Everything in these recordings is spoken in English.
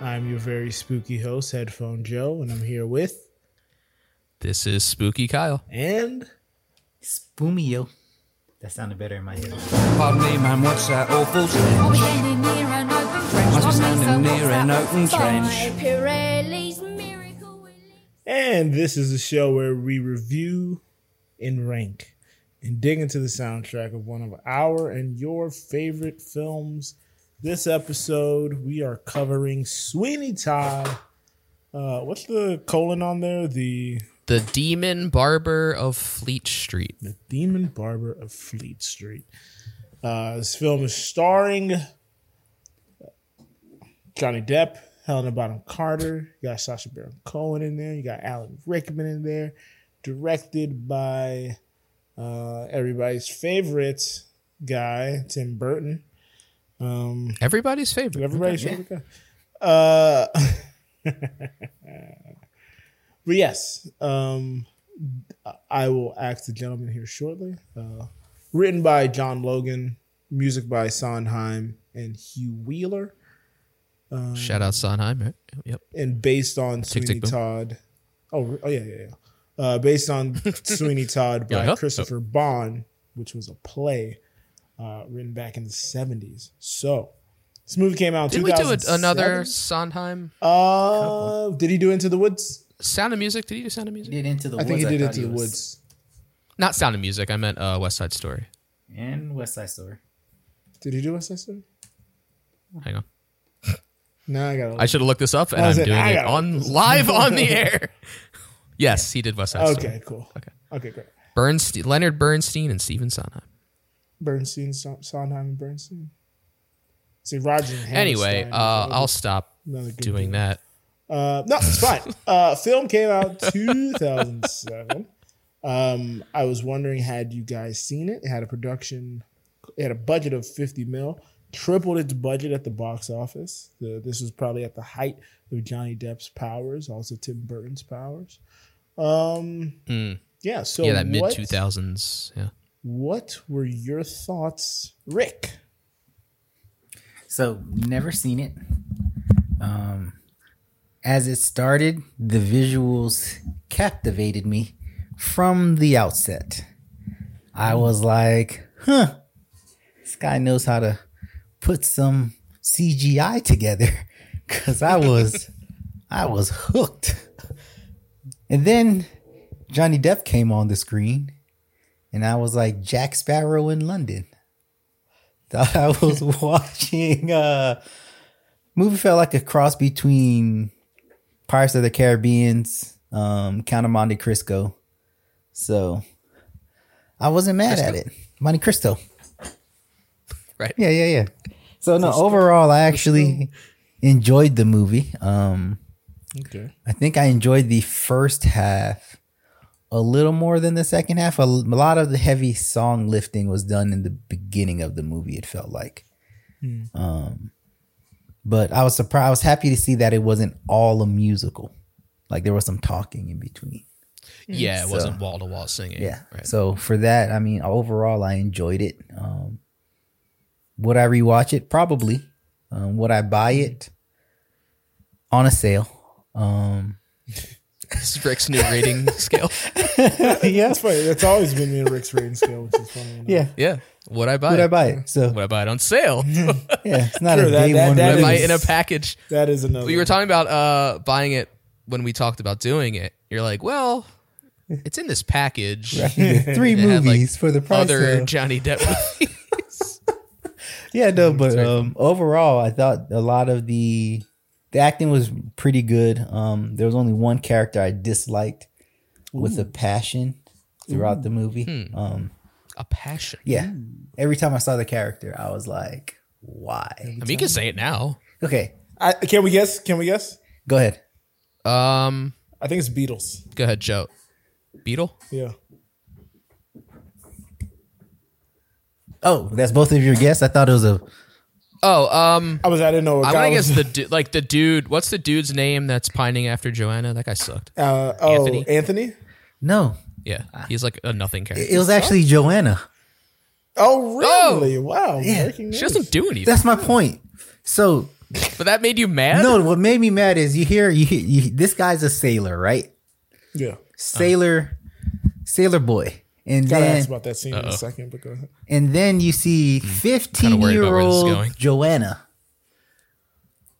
I'm your very spooky host, Headphone Joe, and I'm here with This is Spooky Kyle. and Spumio. That sounded better in my head. Pardon me, man, what's that awful I'll stench? be standing near an open trench. Must be standing I'll make near some an what's open that? trench. By Pirelli's Miracle Whip. and this is a show where we review and rank and dig into the soundtrack of one of our and your favorite films. This episode we are covering Sweeney Todd. Uh, what's the colon on there? The The Demon Barber of Fleet Street. The Demon Barber of Fleet Street. Uh, this film is starring Johnny Depp, Helena Bonham Carter. You got Sasha Baron Cohen in there. You got Alan Rickman in there. Directed by uh, everybody's favorite guy, Tim Burton. Um, Everybody's favorite. Everybody's favorite guy. Uh, but yes, um, I will ask the gentleman here shortly. Uh, written by John Logan, music by Sondheim and Hugh Wheeler, Shout out Sondheim. Right? Yep. and based on Tick, tick, Sweeney boom. Todd. Oh, oh yeah, yeah, yeah. Uh, based on Sweeney Todd by Yeah, Oh. yeah. Christopher Bond, which was a play uh, written back in the seventies. So this movie came out. in Did we do a, 2007? another Sondheim? Uh, did he do Into the Woods? Sound of Music? Did he do Sound of Music? Did into the I woods. think he did thought Into the was- Woods. Not Sound of Music. I meant uh, West Side Story. And West Side Story. Did he do West Side Story? Hang on. No, I got I should have looked this up, and I I'm was like, doing I it gotta on live on the air. Yes, he did West Side Story. Okay, cool. Okay. Okay, great. Bernstein, Leonard Bernstein and Stephen Sondheim. Bernstein, Son- Sondheim, and Bernstein. See, Roger. and Anyway, Hammerstein. uh, I'll stop Another good doing deal. that. Uh, no, it's fine. uh, film came out 2007. Um, I was wondering, had you guys seen it? It had a production, it had a budget of 50 mil, tripled its budget at the box office. The, this was probably at the height of Johnny Depp's powers, also Tim Burton's powers. Um, Mm. yeah, so yeah, that mid what- 2000s. Yeah. What were your thoughts, Rick? So never seen it. Um, as it started, the visuals captivated me from the outset. I was like, huh, this guy knows how to put some CGI together. Cause I was I was hooked. And then Johnny Depp came on the screen and I was like Jack Sparrow in London. I was watching uh movie felt like a cross between Pirates of the Caribbean's um Count of Monte Cristo. So I wasn't mad at it. Monte Cristo. Right. Yeah, yeah, yeah. So no, overall I actually enjoyed the movie. Um Okay. I think I enjoyed the first half a little more than the second half. A, l- a lot of the heavy song lifting was done in the beginning of the movie. It felt like, Hmm. um, but I was surprised. I was happy to see that it wasn't all a musical. Like there was some talking in between. Yeah, it So- wasn't wall to wall singing. Yeah. Right. So for that, I mean, overall, I enjoyed it. Um, would I rewatch it? Probably. Um, would I buy it on a sale? Um, This is Rick's new rating scale. yeah. That's funny. That's always been me and Rick's rating scale, which is funny. enough. Yeah. Yeah. Would I buy Would it? I buy it? So Would I buy it on sale? Would Yeah, it's not Sure, a that- day that- one. that I release. buy it is- in a package? That is another. We were one. talking about uh, buying it when we talked about doing it. You're like, well, it's in this package. three It had, like, movies for the price. Other of, Johnny Depp movies. yeah, no, Mm-hmm. but um, overall, I thought a lot of the the acting was pretty good. Um, there was only one character I disliked with a passion throughout the movie. Hmm. Um, a passion. yeah, every time I saw the character, I was like, why? I mean, you can say it now. Okay, I, can we guess? Can we guess? go ahead. Um, I think it's Beatles. go ahead, Joe. Beetle. Yeah. Oh, that's both of your guests. I thought it was a Oh, um, I was. I didn't know. What I Kyle want to was- guess the du- like the dude. What's the dude's name that's pining after Joanna? That guy sucked. Uh, oh, Anthony. Anthony. no. Yeah, he's like a nothing character. It was actually Joanna. Oh, really? Wow. Yeah. breaking She news. doesn't do anything. That's my point. So But that made you mad? No, what made me mad is you hear you, you this guy's a sailor, right? Uh-huh. Yeah. Sailor, sailor boy, and Gotta then ask about that scene in a second, but go ahead. and then you see Hmm. Kinda worried about where this is going. fifteen-year-old Joanna,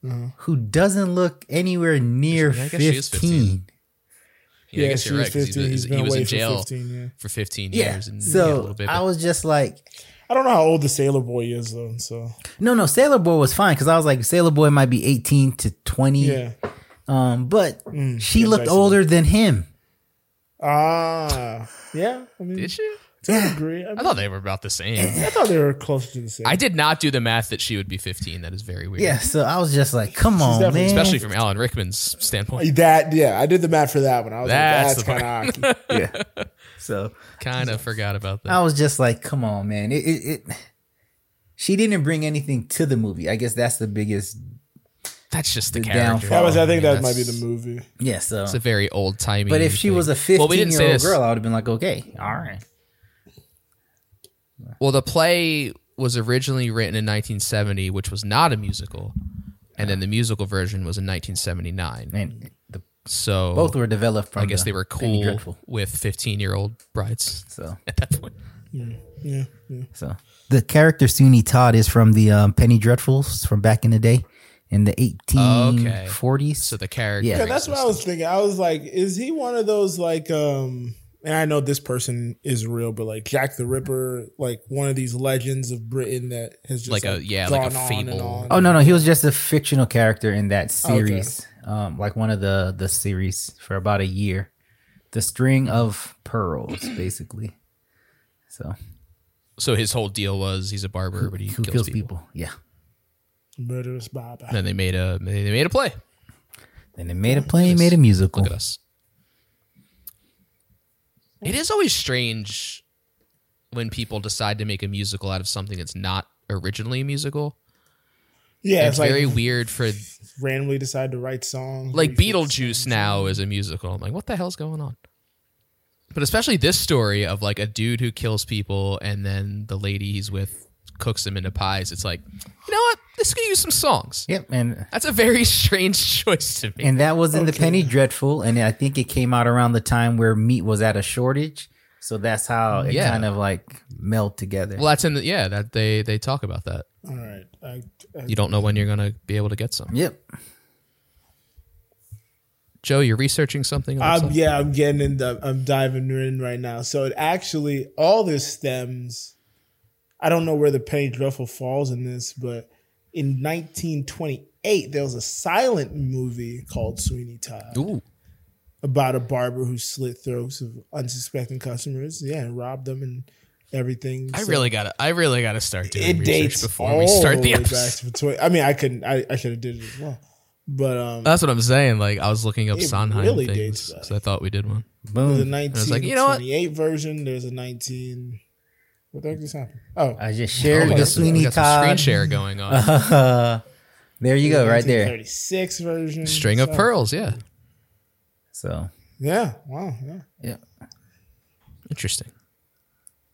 Mm-hmm. who doesn't look anywhere near I guess she is 15. fifteen. Yeah, I guess she you're right. was 'cause he's 15. been- He's he been was away in for jail 15, yeah. for 15 Yeah, years. And, yeah, a so little bit, I but- was just like, I don't know how old the sailor boy is though, so no, no, Sailor Boy was fine because I was like, Sailor Boy might be eighteen to twenty, yeah. Mm, um, but she yeah, looked basically. older than him. Ah, yeah. I mean, Did you? to a degree. I, I mean, thought they were about the same. I thought they were closer to the same. I did not do the math that she would be 15. That is very weird. Yeah, so I was just like, come on, definitely- man. Especially from Alan Rickman's standpoint. that yeah, I did the math for that one. I was like, That's the that's kind of hockey. yeah. So Kind of forgot about that. I was just like, come on, man. It, it, it she didn't bring anything to the movie. I guess that's the biggest That's just the, The character. downfall. That was, I think, mean, that might be that's- the movie. yeah, so It's a very old timey. but if she was a fifteen Well, we didn't say year old this. girl, I would have been like, okay, all right. well, the play was originally written in 1970, which was not a musical, and then the musical version was in 1979. And the, So both were developed from I guess the they were Penny cool Dreadful. with 15 year old brides So at that point. Yeah, yeah. so the character Suni Todd is from the um, Penny Dreadfuls from back in the day in the eighteen forties. So the character. Yeah, Yeah, that's what I was thinking. I was like, is he one of those like um and I know this person is real, but like Jack the Ripper, like one of these legends of Britain that has just Like a- yeah, like a fable. Oh no, no, he was just a fictional character in that series, um, like one of the the series for about a year. The string of pearls, basically. So So his whole deal was he's a barber, but he who kills, kills people. people. Yeah. Murderous Baba. And then they made a they made a play. Then they made a play, made a musical. Look at us. It is always strange when people decide to make a musical out of something that's not originally a musical. Yeah, It's, it's, like very weird for randomly decide to write songs. like refix Beetlejuice now is a musical. I'm like, what the hell's going on? But especially this story of like a dude who kills people and then the lady he's with cooks them into pies. It's like, you know what? This could use some songs. Yep, and That's a very strange choice to me. and that was in the Penny Dreadful, and I think it came out around the time where meat was at a shortage. So that's how it Yeah. kind of like meld together. well, that's in the yeah that they they talk about that. All right. I, I, You don't know when you're gonna be able to get some. yep. Joe, you're researching something. about I'm, something? yeah, I'm getting in. The, I'm diving in right now. So it actually all this stems. I don't know where the penny dreadful falls in this, but in 1928 there was a silent movie called Sweeney Todd Ooh, about a barber who slit throats of unsuspecting customers. Yeah, and robbed them and everything. I So really gotta, I really gotta start doing it research dates before we start the way back episode. to 20 I mean, I couldn't. I, I should have did it as well, but um, That's what I'm saying. Like I was looking up It Sondheim really things dates back. because I thought we did one. the Boom. 1928 like, you know what? version. There's a 19. What the heck just happened? Oh, I just Oh, shared we the got, some, we Sweeney got some screen Todd. share going on. Uh-huh. there you go, right there. 36 version. String of So- pearls. Yeah, So Yeah. Wow. Yeah. yeah. interesting.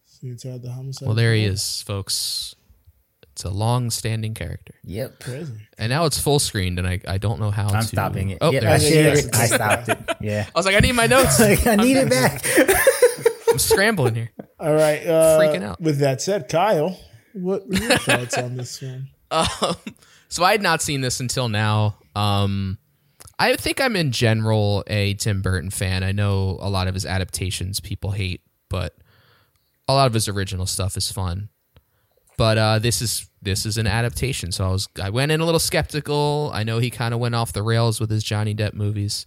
So you tell the homicide. Well, there he is, folks. It's a long-standing character, Yep. Crazy. and now it's full screened, and I, I don't know how. I'm to- stopping it. Oh, yeah, there I it is. shared is. it. I stopped it. Yeah. I was like, I need my notes. Like, I need it back. I'm scrambling here. All right. Uh, Freaking out. With that said, Kyle, what were your thoughts on this one? So I had not seen this until now. Um, I think I'm in general a Tim Burton fan. I know a lot of his adaptations people hate, but a lot of his original stuff is fun. But uh, this is this is an adaptation, so I was I went in a little skeptical. I know he kind of went off the rails with his Johnny Depp movies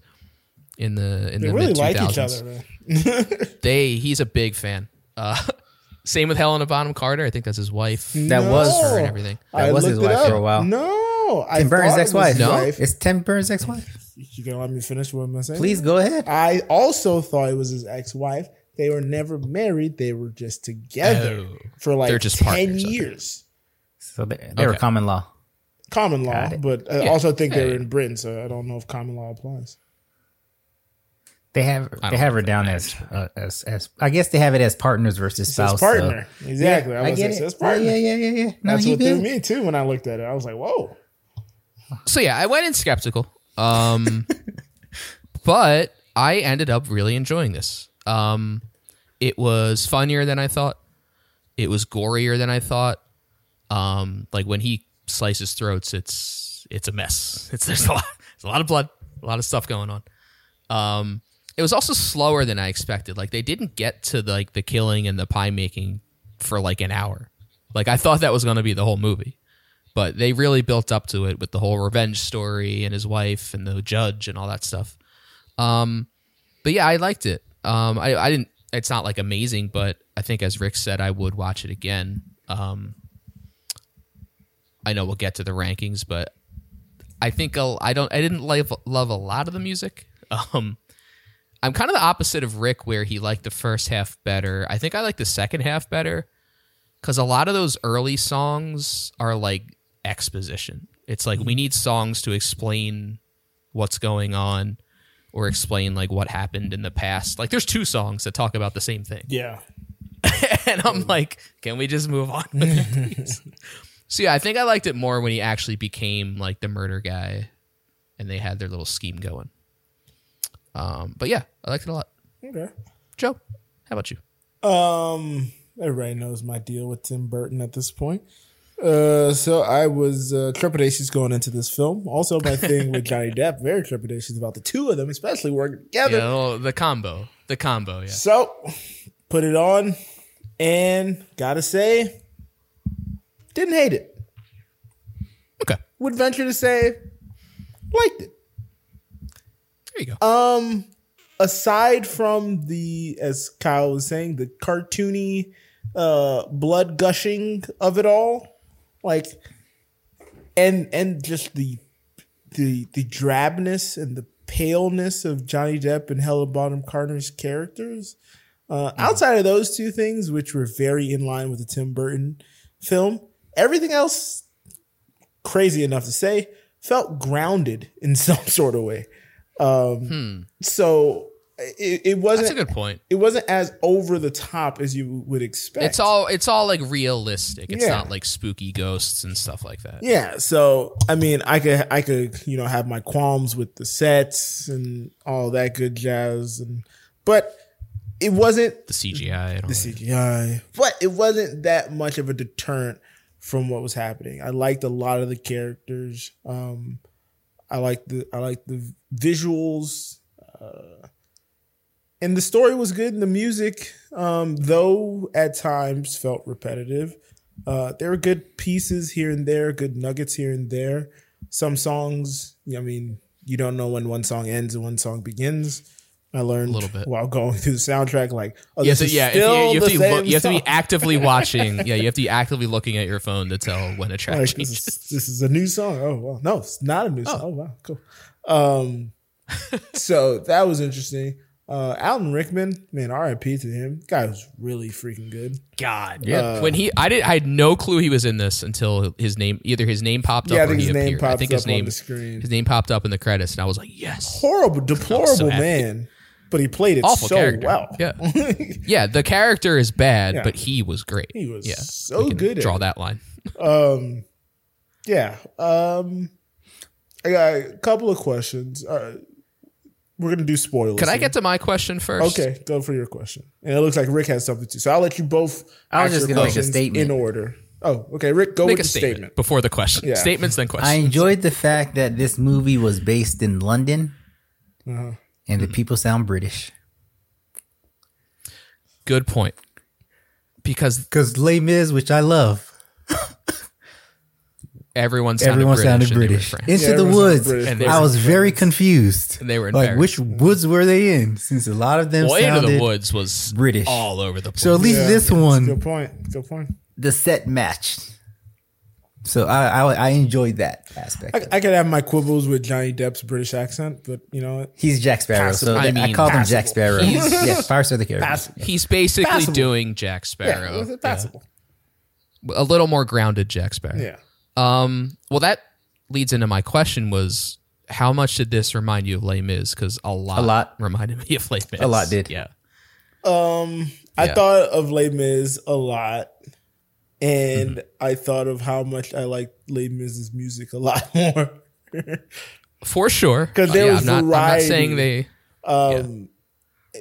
in the in They the really mid like 2000s. each other, man. They he's a big fan. Uh, same with Helena Bonham Carter. I think that's his wife. Mm. That was her and and everything. That was his looked it wife for up. a while. No. I Tim thought it Burns' was ex-wife. his No? wife. It's Tim Burns' ex-wife. You gonna let me finish what I'm saying? Please go ahead. I also thought it was his ex-wife. They were never married. They were just together Oh. for like They're just ten partners, okay. years. So they, they were Okay. common law. Common law, Got it. but I also think Yeah, they're yeah. in Britain, so I don't know if common law applies. They have I they don't have her down as, uh, as as I guess they have it as partners versus Says spouse. so- partner, exactly. I, I was get like, it. says Oh, partner. yeah, yeah, yeah, yeah. No, That's you what good. threw me too when I looked at it. I was like, whoa. so yeah, I went in skeptical, um, but I ended up really enjoying this. Um, it was funnier than I thought. It was gorier than I thought. Um, like when he slices throats, it's it's a mess. It's there's a lot, there's a lot of blood, a lot of stuff going on. Um, it was also slower than I expected. Like they didn't get to the, like the killing and the pie making for like an hour. Like I thought that was going to be the whole movie, but they really built up to it with the whole revenge story and his wife and the judge and all that stuff. Um, but yeah, I liked it. Um, I, I didn't. It's not like amazing, but I think as Rick said, I would watch it again. Um, I know we'll get to the rankings, but I think I'll, I don't. I didn't love love a lot of the music. Um, I'm kind of the opposite of Rick, where he liked the first half better. I think I like the second half better because a lot of those early songs are like exposition. It's like we need songs to explain what's going on or explain like what happened in the past. Like there's two songs that talk about the same thing Yeah. and I'm like, can we just move on with it, please? so yeah, I think I liked it more when he actually became like the murder guy, and they had their little scheme going. Um, but yeah, I liked it a lot. Okay. Joe, how about you? Um, everybody knows my deal with Tim Burton at this point. Uh, so I was uh, trepidatious going into this film. Also, my thing with Johnny Depp, very trepidatious about the two of them, especially working together. Yeah, the, little- the combo, the combo. Yeah, So put it on, and gotta say, didn't hate it. okay, there Would venture to say, liked it. you go. aside from the as Kyle was saying, the cartoony uh blood gushing of it all, like and and just the the the drabness and the paleness of Johnny Depp and Helen Bonham Carter's characters. Uh, Mm-hmm. outside of those two things, which were very in line with the Tim Burton film, everything else crazy enough to say felt grounded in some sort of way. Um, So it, it Hmm. That's a wasn't good point. it wasn't as over the top as you would expect. It's all it's all like realistic. It's Yeah. not like spooky ghosts and stuff like that. Yeah, so I mean, I could I could you know have my qualms with the sets and all that good jazz, and but it wasn't The CGI. And all that. CGI, but it wasn't that much of a deterrent from what was happening. I liked a lot of the characters. Um, I liked the I liked the visuals, uh, and the story was good. And the music, um, though at times felt repetitive. Uh, there were good pieces here and there, good nuggets here and there. Some songs, I mean, you don't know when one song ends and one song begins. I learned a little bit. while going through the soundtrack, like, oh, Yeah, this so is yeah, if you, still you have, the to be look, same you have to be song. actively watching. Yeah, you have to be actively looking at your phone to tell when a track Like, this, changes. is, this is a new song. Oh wow, no, it's not a new song. Oh wow, cool. Um, so that was interesting. Uh, Alan Rickman, man, R.I.P. to him. Guy was really freaking good. God, yeah. when he, I did, I had no clue he was in this until his name, either his name popped Yeah, I up or think he his name appeared. I popped think his up on name, the screen. his name popped up in the credits, and I was like, yes, Horrible, deplorable so happy. man, but he played it awful so character. well. Yeah, yeah. The character is bad, Yeah. but he was great. He was yeah. so we can good at Draw it. that line. Um, yeah. Um, I got a couple of questions. Uh, we're gonna do spoilers. Can I here. get to my question first? Okay, go for your question. And it looks like Rick has something too. So I'll let you both. I ask was just your gonna make a questions statement. in order. Oh, okay, Rick, go Make with a the statement, statement. before the question. Yeah. Statements then I questions. enjoyed the fact that this movie was based in London Uh-huh. and the people sound British. good point. Because Because Les Mis, which I love, everyone sounded everyone British sounded and they were British. French. Into Yeah, the everyone sounded woods. British, And they I were was very confused. And they were like, which woods were they in? Since a lot of them Boy into sounded the woods was British. all over the place. So at least Yeah. this Good one, point. Good point. the set matched. So I, I I enjoyed that aspect. I, I could have my quibbles with Johnny Depp's British accent, but you know what? He's Jack Sparrow, so I I, I mean, called him Jack passable. Sparrow. yeah, Pirates of the Caribbean. He's basically Passable. doing Jack Yeah, Sparrow. was it passable? a little more grounded Jack Sparrow. Yeah. Um. Well, that leads into my question: was how much did this remind you of Les Mis? Because a lot, A lot. reminded me of Les Mis. A lot did. Yeah. I Yeah. thought of Les Mis a lot, Mm-hmm. and I thought of how much I liked Les Mis's music a lot more. for sure. Uh, 'Cause there was I'm not, I'm not variety. saying they. Um,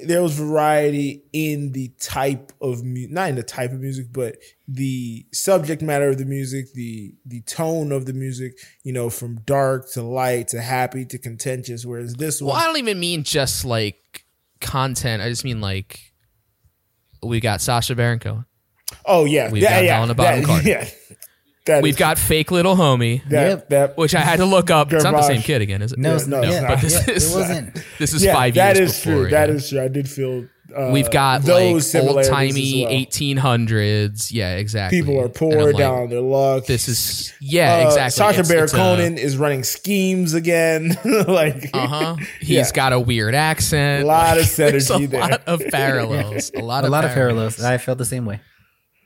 There was variety in the type of mu- not in the type of music, but the subject matter of the music, the the tone of the music. You know, from dark to light to happy to contentious. Whereas this Well, one, I don't even mean just like content. I just mean like we got Sasha Baron Cohen. oh yeah, We've yeah, got yeah, Helena Bonham that- Carter. yeah. That We've is- got fake little homie, that. Yep. that which I had to look up. It's not the same Garbage. kid again, is it? No, Yeah, it's no, not. it's yeah, not. But this yeah, is- it wasn't. This is yeah, five that years is before. true. That yeah. is true. I did feel uh, We've got like those old similarities timey as well. 1800s. Yeah, exactly. People are And I'm poor, like, down on their luck. This is yeah, Uh, exactly. Sasha It's- Baron it's a- Cohen is running schemes again. like, Uh-huh. He's Yeah. got a weird accent. A lot of There's synergy a there. lot of parallels. A lot A of lot of parallels. parallels. I felt the same way.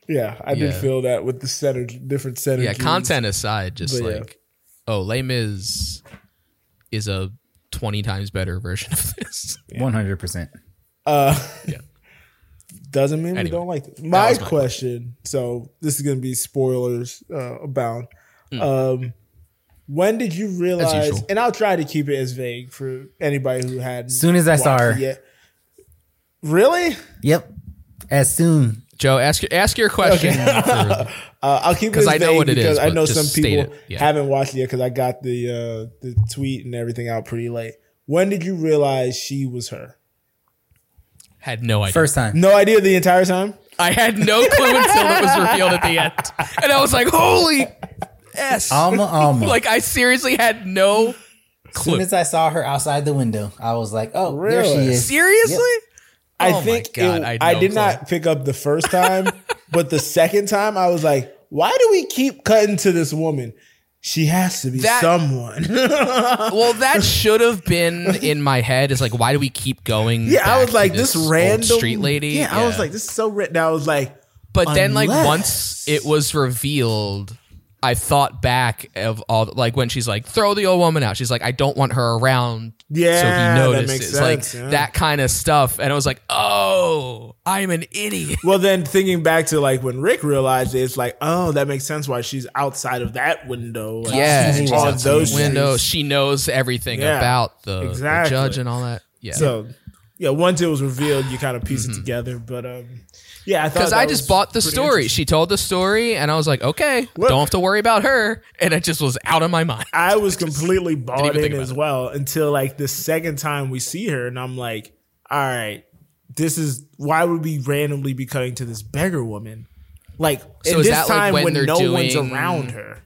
yeah, I did Yeah. feel that with the center, different synergies. Yeah, content aside, just But, yeah. like oh, Les Mis is a twenty times better version of this. One hundred percent. Uh, Yeah. Doesn't mean we Anyway, don't like it. was My my question. So this is going to be spoilers uh, abound. Um, when did you realize? Hmm. usual. And I'll try to keep it as vague for anybody who had. Soon as I saw her. Really? Yep. As soon. Joe, ask your ask your question. for- Uh, I'll keep it 'Cause as I know vague what it is, because I but know just some state people it. Yeah. haven't watched it yet because I got the uh, the tweet and everything out pretty late. When did you realize she was her? had no idea. First time. No idea the entire time. I had no clue until it was revealed at the end, and I was like, "Holy s!" Alma Alma. like I seriously had no as soon clue. as I saw her outside the window, I was like, "Oh, there Really? she is." seriously, I Oh my think God, it- I I, had no did clue. not pick up the first time, but the second time I was like, why do we keep cutting to this woman? She has to be That- someone. well, that should have been in my head. Is like, why do we keep going? yeah, I back was to like this, old random street lady. Yeah, I was like this is so random. I was like, But then, like Unless- once it was revealed, I thought back of all like when she's like, "Throw the old woman out." She's like, "I don't want her around." Yeah, so that he notices makes sense, like yeah. that kind of stuff, and I was like, "Oh, I'm an idiot." well, then thinking back to like when Rick realized it, it's like, oh, that makes sense why she's outside of that window. Like, Yeah, she's she's on outside those the Window. streets. She knows everything Yeah, about the, the exactly. judge and all that. Yeah. So yeah, once it was revealed, you kind of piece it together. But um, yeah, I thought Mm-hmm. because that I just was bought the pretty story. She told the story, and I was like, okay, don't have to worry about her. And it just was out of my mind. I was completely bought even in think as about it. well until like the second time we see her, and I'm like, all right, this is why would we randomly be cutting to this beggar woman? Like, So and is this that, like, time when when, they're no one's doing- around her.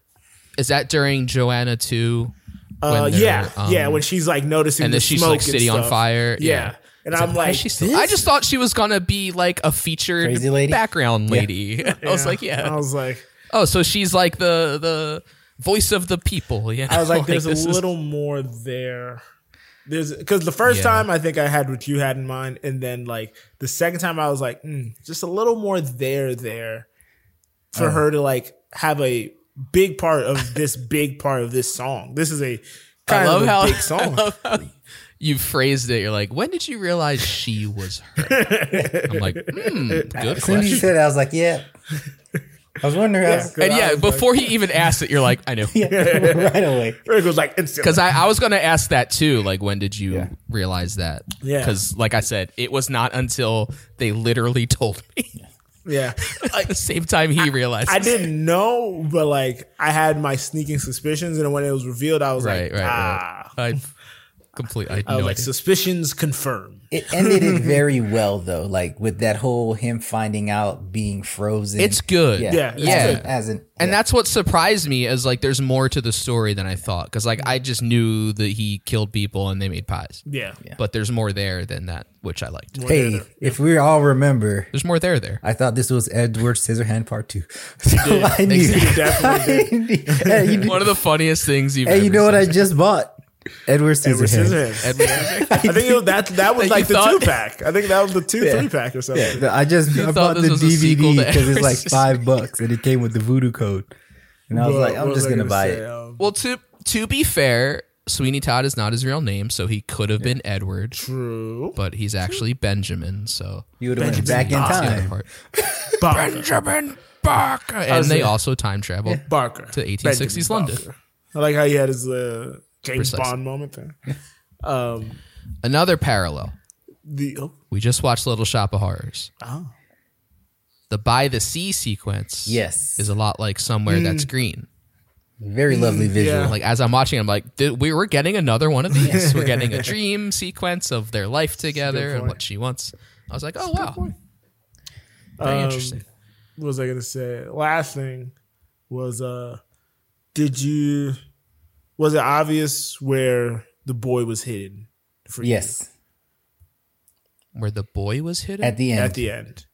Is that during Joanna too? Uh, yeah, um, yeah, when she's like noticing and the then she's smoke like city and on stuff. fire. Yeah. Yeah. And I'm Why like, is she still- I just thought she was gonna be like a featured Crazy lady? background lady. I was yeah. like, yeah. I was like, oh, so she's like the the voice of the people. Yeah. I was like, there's this a is- little more there. There's because the first Yeah. time I think I had what you had in mind, and then like the second time I was like, mm, just a little more there, there for Uh-huh. her to like have a big part of this big part of this song. This is a kind love of a how- big song. you phrased it. You're like, when did you realize she was her? I'm like, hmm, good As soon as question. you said, it, I was like, "Yep." I was wondering. I was, Yeah. And I yeah, was like- before he even asked it, you're like, I knew. right away. Rick was like, instantly. Because I, I was going to ask that too. Like, when did you realize that? Yeah. Because, like I said, it was not until they literally told me yeah, at the same time he realized. I it. didn't know, but like I had my sneaking suspicions, and when it was revealed, I was Right, like, right, ah, right. I completely. I, had I was no like, idea. suspicions confirmed. It ended it very well though, like with that whole him finding out being frozen. It's good. Yeah, as it's Yeah. an- as an And that's what surprised me is like there's more to the story than I thought because like I just knew that he killed people and they made pies, Yeah, but there's more there than that which I liked. hey, if we all remember, There's more there there. I thought this was Edward Scissorhand Part Two. So I knew. definitely did. I knew- hey, you, One of the funniest things you've. hey, you ever know what seen. I just bought? Edward Edward Scissorhands. Scissorhands. Edward- I think it was, that that was That you like the thought- two pack. I think that was the two three pack or something. Yeah, I just I thought bought this the was a sequel DVD to because it's Edward like five bucks and it came with the voodoo code. And I was What- like, I'm what was just I gonna, buy say? it. Um, Well, to to be fair, Sweeney Todd is not his real name, so he could have been Edward, True. but he's actually Benjamin. So You would have went back in that's the other time. part. Barker. Benjamin Barker, and they saying- also time traveled. Barker. To 1860s Benjamin London. Barker. I like how he had his uh, James Precisely. Bond moment there. Another parallel. The oh, We just watched Little Shop of Horrors. Oh. The by the sea sequence Yes. is a lot like somewhere that's green. Very lovely visual. Mm. yeah. Like as I'm watching, I'm like, "Th- we we're getting another one of these. we're getting a dream sequence of their life together and point. what she wants. I was like, oh wow, very Um, interesting. what was I gonna say? Last thing was uh did you was it obvious where the boy was hidden for you Yes. Where the boy was hidden. At the end. at the end?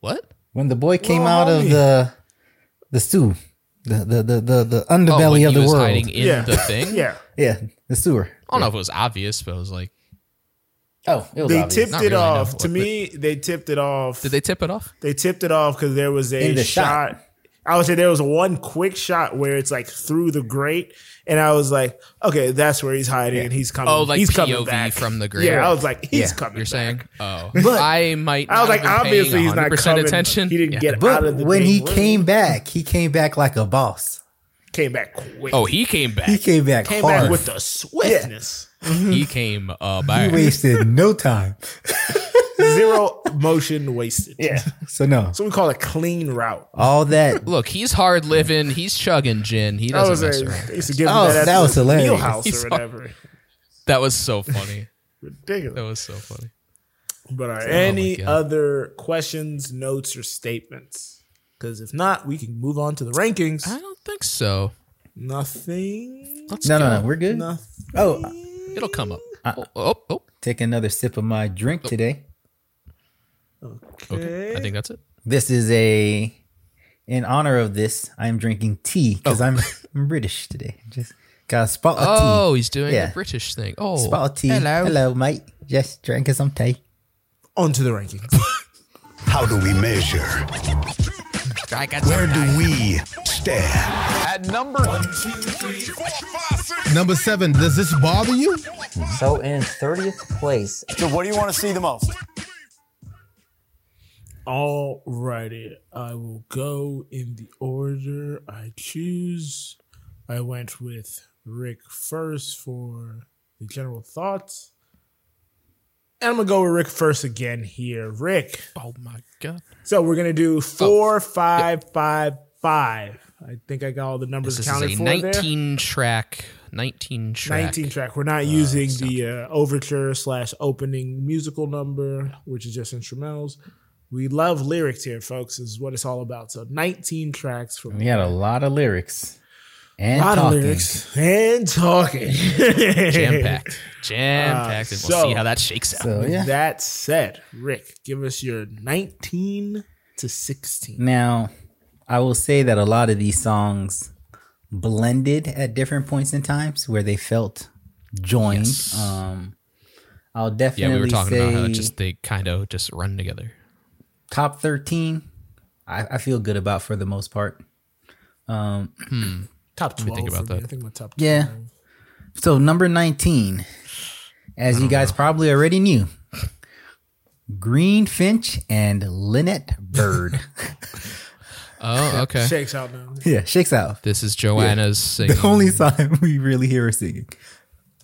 what? when the boy came Well, out of homie. the the stew, the the the the, the Oh, when underbelly of he the was world. hiding in Yeah. the thing. Yeah. Yeah, the sewer. I don't know if it was obvious, but it was like, Oh, it was They obvious. tipped Not it really, no. off. What- to me, they tipped it off. did they tip it off? They tipped it off because there was a In the shot. shot. I would say there was one quick shot where it's like through the grate, and I was like, okay, that's where he's hiding, and he's coming. Oh, like he's POV from the grate. Yeah, I was like, he's Yeah. coming. You're back. saying? Oh, But- I might. Not I was like, obviously he's not coming. attention. He didn't Yeah. get out But of the when he big room. came back, he came back like a boss. came back quick. Oh, he came back. He came back came hard. back with the swiftness, he came uh, he back. wasted no time. zero motion wasted. Yeah, So no, so we call it clean route. all that. Look, he's hard living. He's chugging gin. He I was doesn't mess like, around. they used to give him Oh, that, at that the was hilarious. Meal house He's or all- whatever. That was so funny. Ridiculous. That was so funny. But are any God. other questions, notes, or statements? Because if not, we can move on to the rankings. I don't think so. Nothing. Let's No, go. no, Uh, no. We're good. Nothing. Oh, It'll come up. oh, oh, oh, take another sip of my drink today. okay. I think that's it. This is a in honor of this. I'm drinking tea because I'm, I'm British today. Just got a spot of Oh, he's doing Yeah. the British thing. Oh, tea. Spot of tea. hello. hello, mate. Just drinking some tea. On to the rankings. How do we measure? I got Where do we stand? Number seven, does this bother you? So in 30th place, Alrighty, I will go in the order I choose. I went with Rick first for the general thoughts. And I'm gonna go with Rick first again here. Rick, Oh my god. So we're gonna Oh. do four, five, five, five. I think I got all the numbers This is accounted a for there. 19 track. 19 track. 19 track. We're not using the uh, overture slash opening musical number, which is just instrumentals. We love lyrics here, folks. Is what it's all about. So 19 tracks from We had a lot of lyrics and a lot talking. of lyrics and talking. Jam packed. Jam packed. and we'll so- see how that shakes out. So yeah. That said, Rick, give us your 19 to 16. Now, I will say that a lot of these songs blended at different points in times where they felt joined. Um, I'll yeah, definitely we were talking say about how it just they kind of just run together. top thirteen. I, I feel good about for the most part. Top 12. think about for me. that. I think my top 12. Yeah. So number nineteen, as you guys probably already knew, Green Finch and Lynette Bird. Oh, okay. Shakes out now. yeah, shakes out. This is Joanna's singing. The only time we really hear her singing.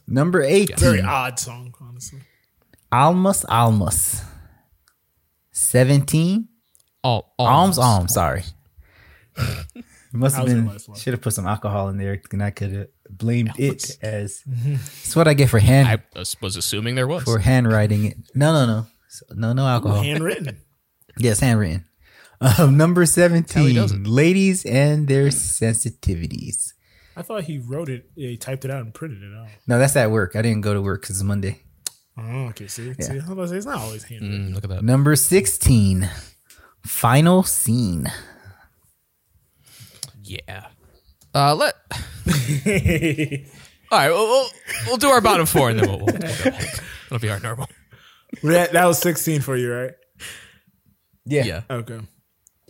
Number 18. Very odd song, honestly. Almas Almas. 17. Al- alms. Alms Alms, sorry. Must have was in been last one. should have put some alcohol in there and I could have blamed it as it's what I get for hand I was- was assuming there was. for handwriting it. No, no, no. So- No, no alcohol. Handwritten. yes, handwritten. Um, number 17. doesn't. Ladies and their sensitivities. I thought he wrote it. Yeah, he typed it out and printed it out. No, that's at work. I didn't go to work because it's Monday. Oh, okay. See, see, I was about to say, it's not always handwritten. Mm, look at that. Number 16, final scene. Yeah. Uh, let. All Mm-hmm. right, we'll, we'll, we'll do our bottom four and then we'll, we'll, we'll go. It'll be our normal. That, that was 16 for you, right? Yeah. Yeah. Okay.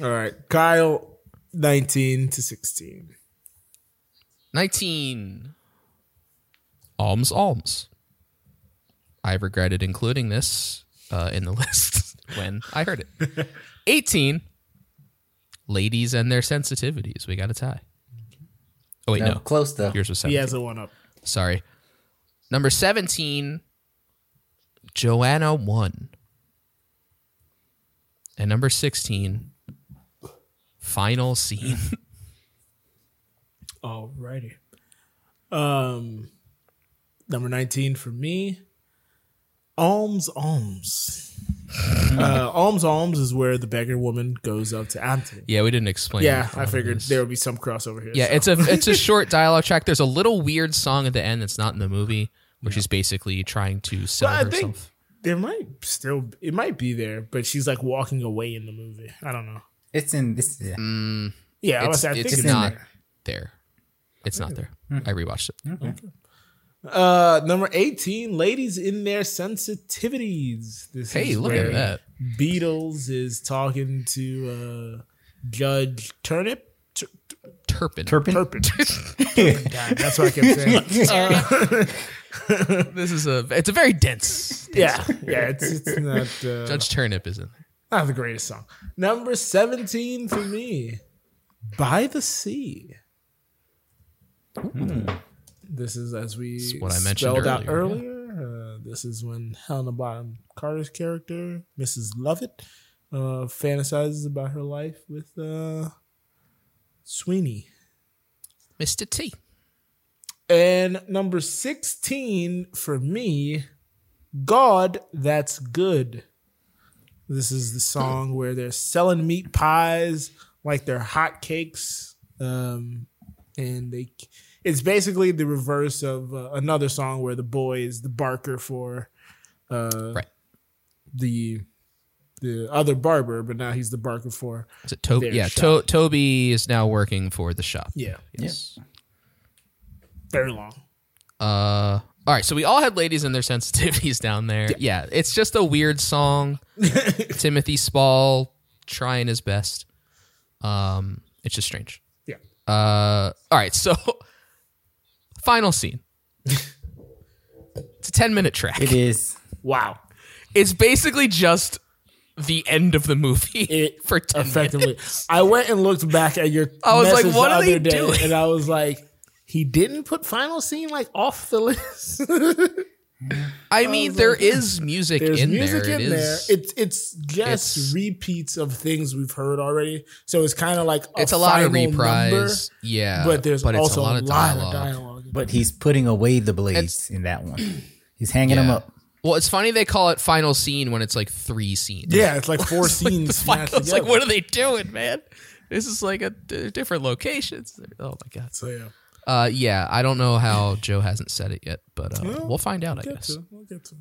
All right. Kyle, 19 to 16. 19. Alms, alms. I regretted including this uh, in the list when I heard it. 18. Ladies and their sensitivities. We got a tie. Oh wait, No, no. close though. Yours was He 17. has a one up. Sorry. Number 17, Joanna 1. And number 16, Final Scene. Alrighty. Um, number nineteen for me. Alms, alms. uh, alms, alms is where the beggar woman goes up to Anthony. yeah, we didn't explain. Yeah, all I of figured this. there would be some crossover here. Yeah, so. it's a it's a short dialogue track. There's a little weird song at the end that's not in the movie, which is basically trying to sell But I herself. think there might still it might be there, but she's like walking away in the movie. I don't know. It's in this. Yeah. Mm. Yeah, I, it's was, I think it's it's not there. there. It's not there. I rewatched it. Uh, number eighteen, ladies in their sensitivities. This Hey, is look where at that. Beatles is talking to uh, Judge Turnip. Tur- Turpin. Turpin. Turpin. Turpin guy, That's what I kept saying. This is a it's a very dense. Yeah, yeah. It's, it's not uh, Judge Turnip is in there. not the greatest song. Number seventeen for me, "By the Sea." This is as we Hmm. what I mentioned spelled out earlier, earlier. Uh, this is when Helena Bonham Carter's character, Mrs. Lovett, uh, fantasizes about her life with uh, Sweeney. Mr. T. And number 16 for me, God, that's good. This is the song where they're selling meat pies like they're hot cakes. Um, and they it's basically the reverse of uh, another song where the boy is the barker for uh, Right. the the other barber, but now he's the barker for Is it Toby? their Yeah, shop. to- Toby is now working for the shop. yeah, Yes. very long. Uh, all right, so we all had ladies and their sensitivities down there. Yeah, it's just a weird song. Timothy Spall trying his best. Um, it's just strange. Yeah. Uh, all right, so final scene. it's a ten minute track. It is. Wow. It's basically just the end of the movie it for ten effectively. minutes. I went and looked back at your. I was like, message what the are they other day, doing? And I was like, he didn't put final scene like off the list. I mean, there is music There's in music there. It in there. is- It's it's just It's- repeats of things we've heard already. So it's kind of like a it's a lot of final reprise, number, yeah. but there's it's also a lot, of, dialogue. But he's putting away the blades in that one. He's hanging them Yeah. up. Well, it's funny they call it final scene when it's like three scenes. Yeah, it's like four It's like scenes. the smashed final- it's like, together. what are they doing, man? This is like a they're different locations. Oh my god. So yeah, Uh, yeah, I don't know how Joe hasn't said it yet, but uh, we'll find out, I get guess. to, it. we'll get to. it.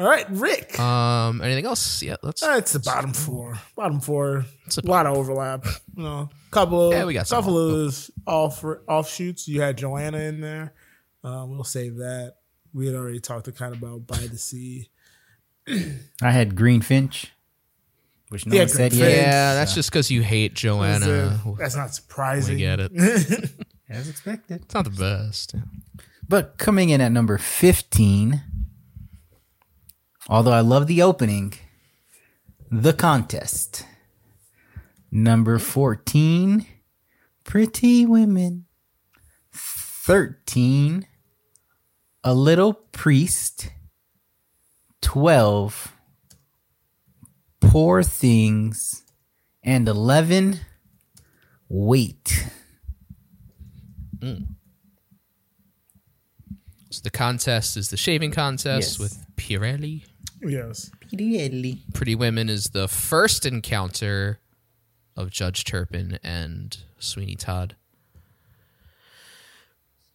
All right, Rick. Um, anything else? Yeah, let's. Uh, it's the bottom four. Bottom four. It's a a lot of overlap. You know, couple of Yeah, we got some couple of those off offshoots. You had Joanna in there. Uh, we'll save that. We had already talked to kind of about by the sea. I had Greenfinch, which no Yeah, one said Greenfinch. yet. yeah, that's just because you hate That's, Joanna. uh, that's not surprising. We get it. It's As expected. not the best. But coming in at number 15, although I love the opening, The Contest. Number 14, Pretty Women. 13, A Little Priest. 12, Poor Things. And 11, Wait. So the contest is the shaving contest Yes. with Pirelli. Yes. Pretty Women is the first encounter of Judge Turpin and Sweeney Todd.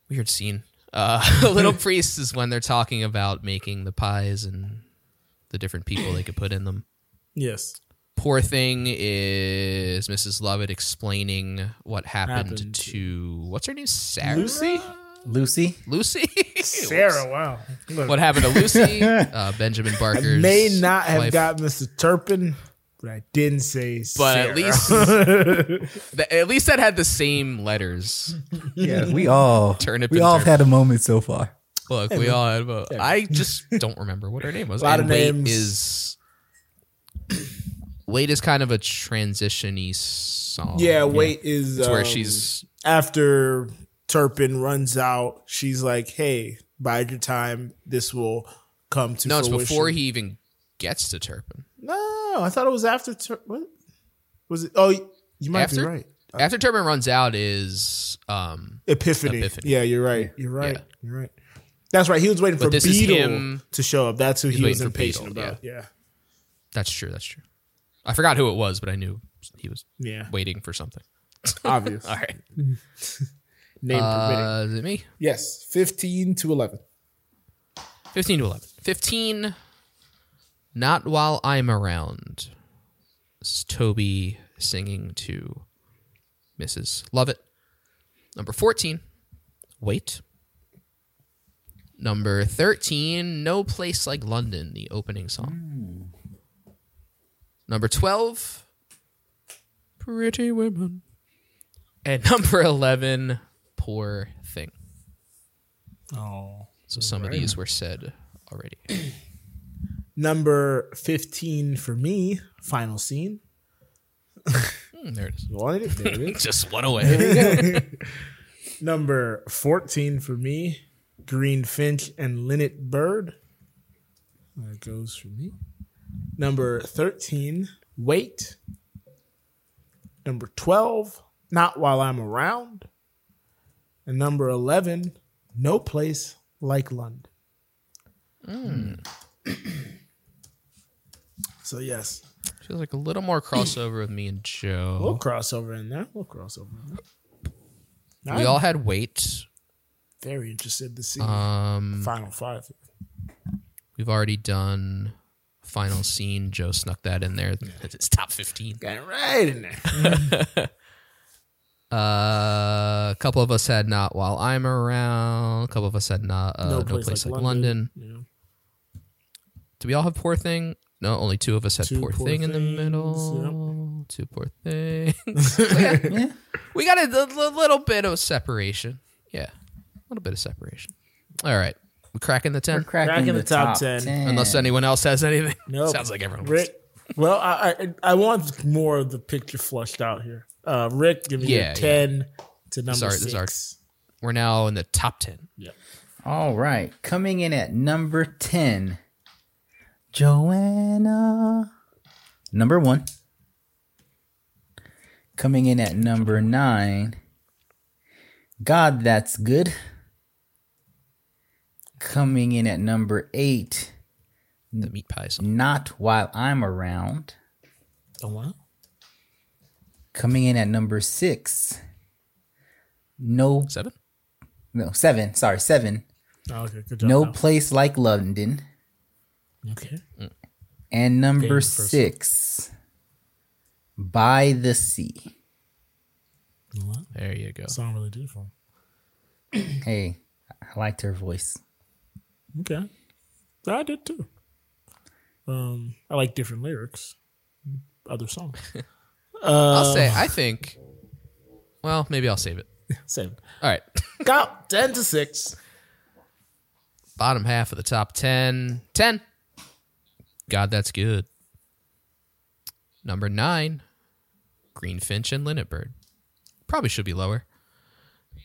Weird scene. Uh, Little Priest is when they're talking about making the pies and the different people they could put in them. Yes. Poor thing is Mrs. Lovett explaining what happened, Happened. to what's her name, Sarah, Lucy? Lucy. Lucy, Sarah, wow. Look, what happened to Lucy? Uh, Benjamin Barker may not have wife. got Mr. Turpin, but I didn't say but Sarah. at least th- at least that had the same letters. Yeah, we all Turnip we and all turnip. had a moment so far. Look, we all had. a- I just don't remember what her name was. Lot of And Wait names. is Wait is kind of a transition-y song. yeah, wait is It's where um, she's after Turpin runs out. She's like, "Hey, bide your time. This will come to No, it's fruition." before he even gets to Turpin. No, I thought it was after. Tur- what was it? Oh, you might be After? right. After Turpin runs out is um Epiphany. Epiphany. Yeah, you're right. You're right. Yeah. You're right. That's right. He was waiting for this is Beetle him- to show up. That's who he was waiting for impatient Beetle, about. Yeah. that's true, that's true. I forgot who it was, but I knew he was Yeah. waiting for something. Obvious. All right. Name permitting. Uh, is it me? Yes. 15 to 11. 15 to 11. 15, Not While I'm Around. This is Toby singing to Mrs. Lovett. Number 14, Wait. Number 13, No Place Like London, the opening song. Hmm. Number 12, Pretty Women. And number 11, Poor Thing. Oh. So some of these were said already. Number 15 for me, final scene. Mm, there it is. You wanted it? There it is. Just one away. Number 14 for me, Green Finch and Linnet Bird. That goes for me. Number 13, Wait. Number 12, Not While I'm Around. And number 11, No Place Like London. so, yes, Feels like a little more crossover with me and a little Joe. crossover in there. A little crossover. in there. We all had weight. very interested to see Um, final five. we've already done final scene. Joe snuck that in there. It's top fifteen. Got it right in there. Uh, a couple of us had not while I'm around. A couple of us had not. Uh, no, place, like, London. Do we all have poor thing? No, only two of us had Two poor, Poor thing in the Things, middle. Two poor things. yeah. We got a, li- little bit of separation. Yeah, a little bit of separation. All right, we cracking the ten. cracking Cracking the top 10. Unless anyone else has anything. Nope. Sounds like everyone. was. Rick. Well, I, I I want more of the picture flushed out here. Uh, Rick, give me Yeah, yeah. your ten to number our- this six. is our- We're now in the top ten. All right, coming in at number 10, Joanna. Number one. Coming in at number nine, God, that's good. Coming in at number eight, The meat pie song. Not While I'm Around. Oh, wow. Coming in at number six, No, Seven. no, seven, sorry, seven, Oh, okay, good job. No Al. Place Like London. Okay. And number Favorite person. six, By the Sea. Well, There you go. song really did for him. Hey, I liked her voice. Okay. I did too. Um, I like different lyrics, other songs. I'll say. I think. Well, maybe I'll save it. Same. All right. Got ten to six. bottom half of the top 10. 10. God, that's good. Number nine, Greenfinch and Linnet Bird. Probably should be lower.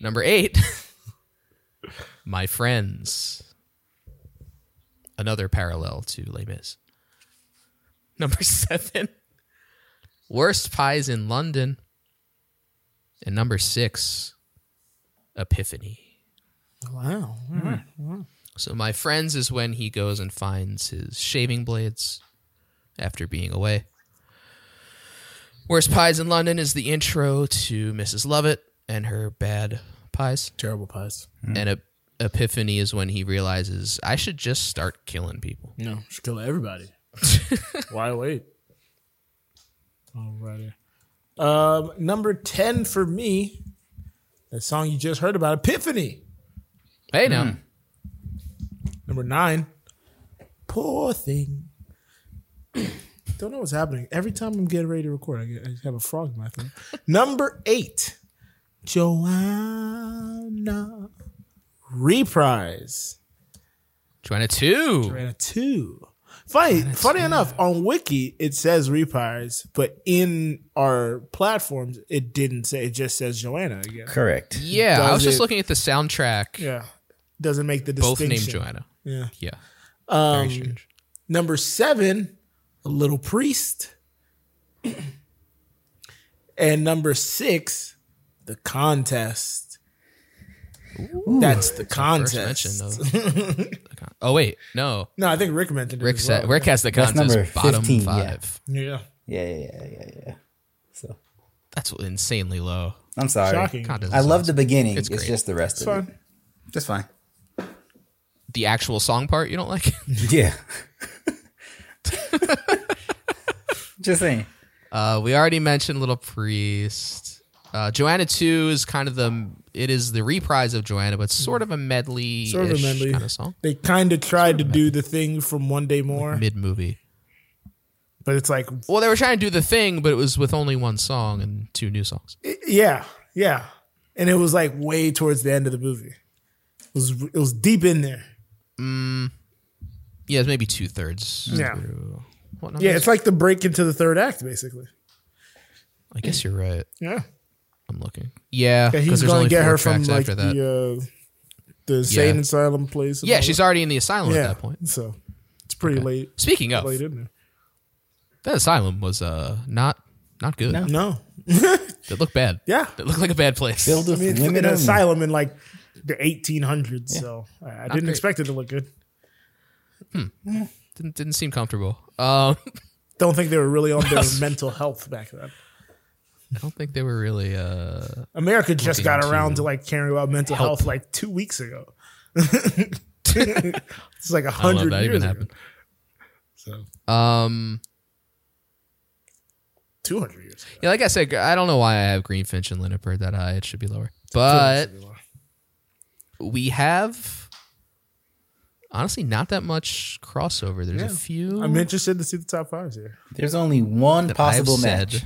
Number eight, My Friends. Another parallel to Les Mis. Number seven, Worst Pies in London. And number six, Epiphany. Wow. So my friends is when he goes and finds his shaving blades after being away. Worst Pies in London is the intro to Mrs. Lovett and her bad pies. Terrible pies. Hmm. And Ep- Epiphany is when he realizes I should just start killing people. No, just kill everybody. Why wait? Alrighty. Um, number ten for me, the song you just heard about, Epiphany. Hey now. Hmm. Number nine, poor thing. Don't know what's happening. Every time I'm getting ready to record, I, get, I have a frog in my throat. Number eight, Joanna reprise. Joanna two. Joanna two. Funny, funny enough, on Wiki it says repires, but in our platforms it didn't say. It just says Joanna again. Correct. Yeah, I was Does just it- looking at the soundtrack. Yeah, doesn't make the both distinction. named Joanna. Yeah. Yeah. Very Um, strange. number seven, a little priest, and number six, the contest. That's the First mention contest. of the con- Oh wait, no. No, I think Rick mentioned it. Rick as said well. Rick has the That's contest number bottom 15, yeah. five. Yeah, Yeah, yeah, yeah, yeah, yeah. So That's insanely low. I'm sorry. shocking. Contest I is love the beginning. It's It's, great. just the rest It's of fine. it. That's fine. awesome. the actual song part you don't like. Yeah. just saying. Uh, we already mentioned Little Priest. Uh, Joanna Two is kind of the it is the reprise of Joanna, but sort of a medley, Hmm. Sort of a medley. kind of song, They kind of tried to do the thing from One Day More, mid movie. but it's like, Well, they were trying to do the thing, but it was with only one song and two new songs. yeah, yeah, and it was like way towards the end of the movie. It was it was deep in there. Yeah, it's maybe two thirds. Yeah. through. What number Yeah, is it's like the break into the third act, basically. it? I guess you're right. Yeah. I'm looking. Yeah, Yeah, because he's there's gonna only get four her from tracks like after that. the uh, the insane asylum place. and yeah, all she's that. already in the asylum yeah. at that point. So it's pretty late, Speaking of, late in there. that asylum was uh not not good. No, It looked bad. Yeah. it looked like a bad place. Filled I with mean it's women an only. asylum in like the 1800s. So I, I didn't great. expect it to look good. didn't, didn't seem comfortable. Um, Don't think they were really on their mental health back then. I don't think they were really. Uh, America just got Looking around to to like caring about mental help. health like two weeks ago. it's like a I don't know if hundred that years even ago. happened. So Um, two hundred years. Ago. yeah, like I said, I don't know why I have Greenfinch and Linniperd that high. It should be lower. But we have honestly not that much crossover. There's a few. I'm interested to see the top fives here. There's only one I've possible said. match.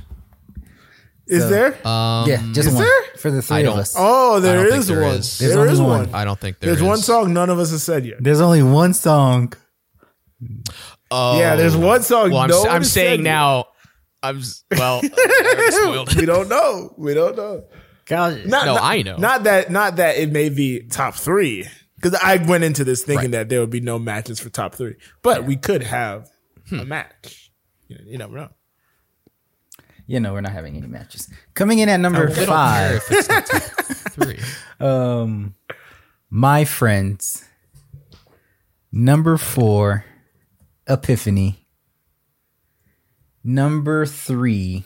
Is So- there? Um, yeah, just Is one there? for the three I of don't- us. Oh, there don't think is there one. is. There is one. I don't think There's there one is. song none of us have said yet. There's only one song. Oh. Yeah, there's one song. Well, I'm, no s- one I'm has said saying yet. now. I'm s- well. I already spoiled it. we don't know. We don't know. God, Not, No, not- I know. Not that. Not that it may be top three. Because I went into this thinking Right. that there would be no matches for top three, but we could have Hmm. a match. You, know, you never know. you know we're not having any matches. Coming in at number We don't care five, if it's not top three. um, my friends. Number four, Epiphany. Number three,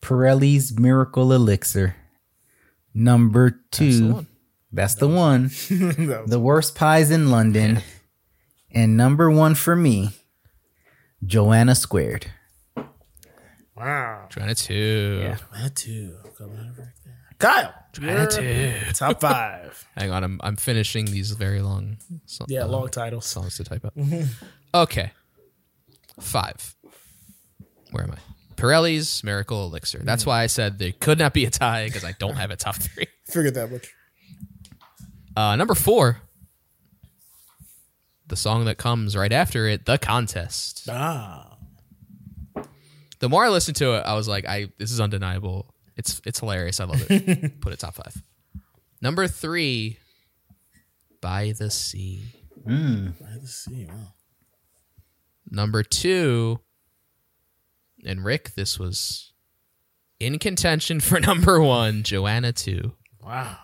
Pirelli's Miracle Elixir. Number two, one. that's the one. That was- The worst pies in London. And number one for me, Joanna Squared. wow. Joanna two. That too. Coming out right there. Kyle. Joanna you're two. Top five. Hang on, I'm I'm finishing these very long. So, Yeah, uh, long title. songs to type up. okay, five. Where am I? Pirelli's Miracle Elixir. That's why I said there could not be a tie because I don't have a top three. Figured that much. Uh, number four, the song that comes right after it, the contest. Ah. The more I listened to it, I was like, I this is undeniable. It's it's hilarious. I love it. Put it top five. Number three, by the sea. Let's see. Wow. Number two, and Rick, this was in contention for number one, Joanna two. Wow.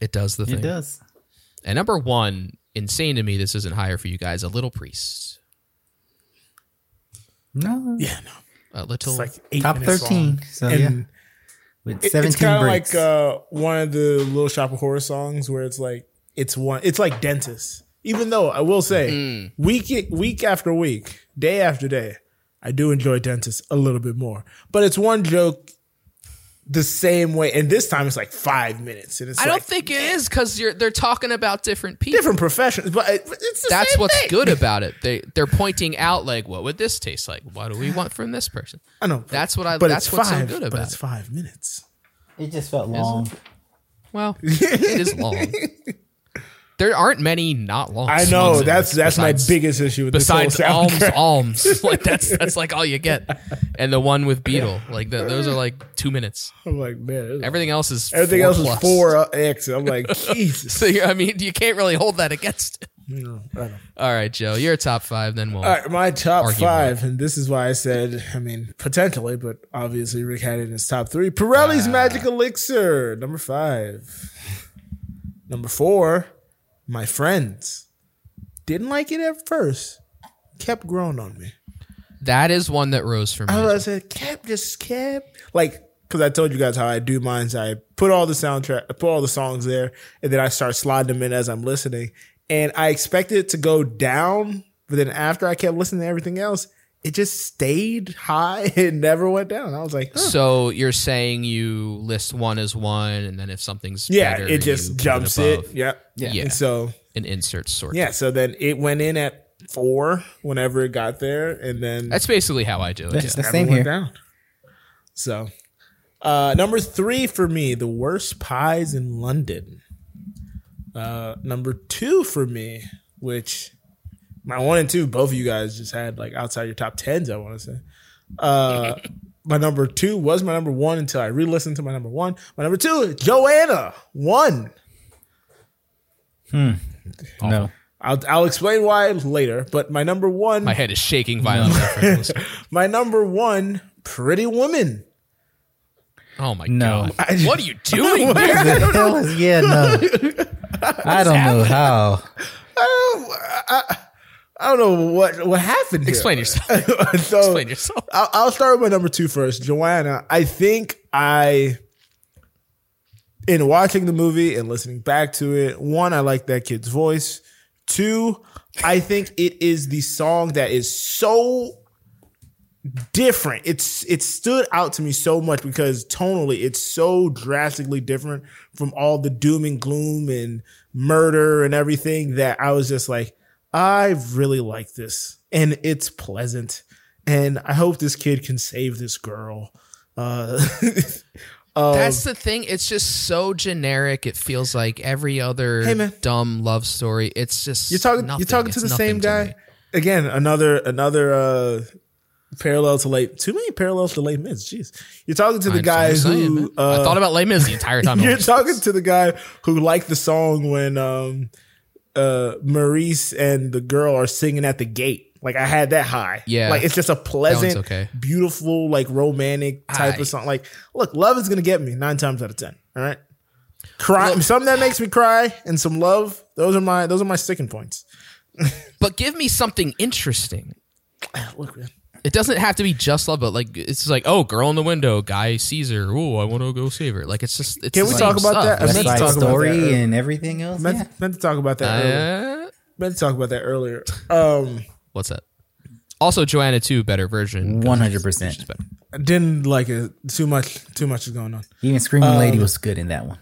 It does the thing. does. And number one, insane to me, this isn't higher for you guys, a little priest. No. Yeah. No. A little It's like eight Top minutes 13. long. So, And yeah. With It- 17 it's kind of breaks. like uh, one of the Little Shop of Horror songs where it's like it's one. It's like dentist. Even though I will say Hmm. week week after week, day after day, I do enjoy dentist a little bit more. But it's one joke the same way, and this time it's like five minutes, and it's I don't like think it is because you're they're talking about different people. different professions, but it, it's the That's same what's thing. good about it. They they're pointing out like, what would this taste like? What do we want from this person? I know. but- That's what I- But that's it's what's so five, good But about it's it. five minutes. it just felt long. Well, it is long. There aren't many not long. I songs know in that's this that's my besides- biggest issue with Besides this whole alms, soundtrack. alms, like that's that's like all you get, and the one with Beetle, like the, those are like two minutes. I'm like, man, this is- Everything else is everything four else plus. is four uh, X. I'm like, Jesus. So you're, I mean, you can't really hold that against. It. All right, Joe, you're top five. Then we'll. All right, my top Argument. five, and this is why I said, I mean, potentially, but obviously Rick had it in his top three. Pirelli's Magic Elixir, number five. Number four, my friends. Didn't like it at first. Kept growing on me. That is one that rose for me. I was like, kept just kept like because I told you guys how I do mine. is I put all the soundtrack, I put all the songs there, and then I start sliding them in as I'm listening. And I expected it to go down, but then after I kept listening to everything else, it just stayed high. It never went down. I was like, huh. So you're saying you list one as one, and then if something's yeah, better, it you just put jumps it. above Yep. Yeah. Yeah. And so and inserts sort. yeah, so then it went in at four whenever it got there, and then that's basically how I do it. That's yeah. the same went here. down. So, uh, number three for me, the worst pies in London. Uh, number two for me, which my one and two, both of you guys just had like outside your top tens. I want to say. Uh, my number two was my number one until I re-listened to my number one. My number two, Joanna, one. No. I'll, I'll explain why later, but my number one, My head is shaking violently. after this. my number one, Pretty Woman. oh my No. god! what are you doing? dude? The hell is- yeah, no. I don't know how. I don't know what what happened. here. Explain yourself. Oh. so Explain yourself. I'll, I'll start with my number two first, Joanna. I think I, in watching the movie and listening back to it, one, I like that kid's voice. Two, I think it is the song that is so different. It's it stood out to me so much because tonally it's so drastically different from all the doom and gloom and murder and everything that I was just like, I really like this. And it's pleasant. And I hope this kid can save this girl. Uh That's Oh. the thing. It's just so generic. It feels like every other Hey, man. dumb love story. It's just You're talking. nothing. You're talking It's to the nothing same to guy me. again. Another another uh, parallel to late. Too many parallels to late Miz. Jeez, you're talking to the That's what guy I'm saying, man. who uh, I thought about Les Mis the entire time. I you're watched talking this. to the guy who liked the song when um, uh, Maurice and the girl are singing at the gate. Like I had that high. Yeah. Like it's just a pleasant, okay. beautiful, like romantic type I- of song. Like, look, love is gonna get me nine times out of ten. All right. Cry some that makes me cry and some love. Those are my those are my sticking points. but give me something interesting. Look, man. It doesn't have to be just love, but like it's just like oh, girl in the window, guy sees her. Oh, I want to go save her. Like it's just. It's Can the we same talk about stuff. that? I It's West meant to just- talk Side about that, Story uh, and everything else. Meant, yeah. meant to talk about that. earlier. Uh, Meant to talk about that earlier. Um, what's that? Also, Joanna two better version. 100%. I didn't like it too much. Too much is going on. Even Screaming Lady was good in that one.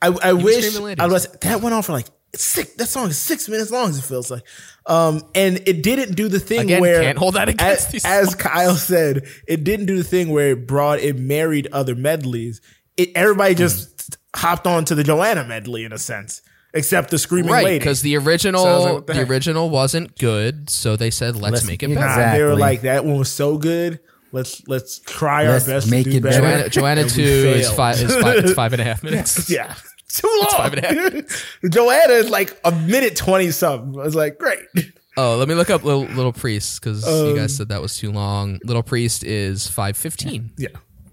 I, I wish Screaming Ladies. I was that went on for like six. That song is six minutes long. It feels like, um, and it didn't do the thing Again, where can't hold that against as, these as Kyle said, it didn't do the thing where it brought it married other medleys. It everybody just Hmm. hopped on to the Joanna medley in a sense, except the screaming Right, lady. because the original So I was like, what the the heck? original wasn't good, so they said let's, Let's- make it yeah. better. Nah, they were Exactly. like that one was so good. Let's let's try Let's our best make to do it better. Joanna, Joanna And we two is failed. five is five, it's five and a half minutes. Yeah. Too long. five and a Joanna is like a minute twenty something. I was like, great. Oh, let me look up Little, Little Priest because Um, you guys said that was too long. Little Priest is five fifteen. Yeah.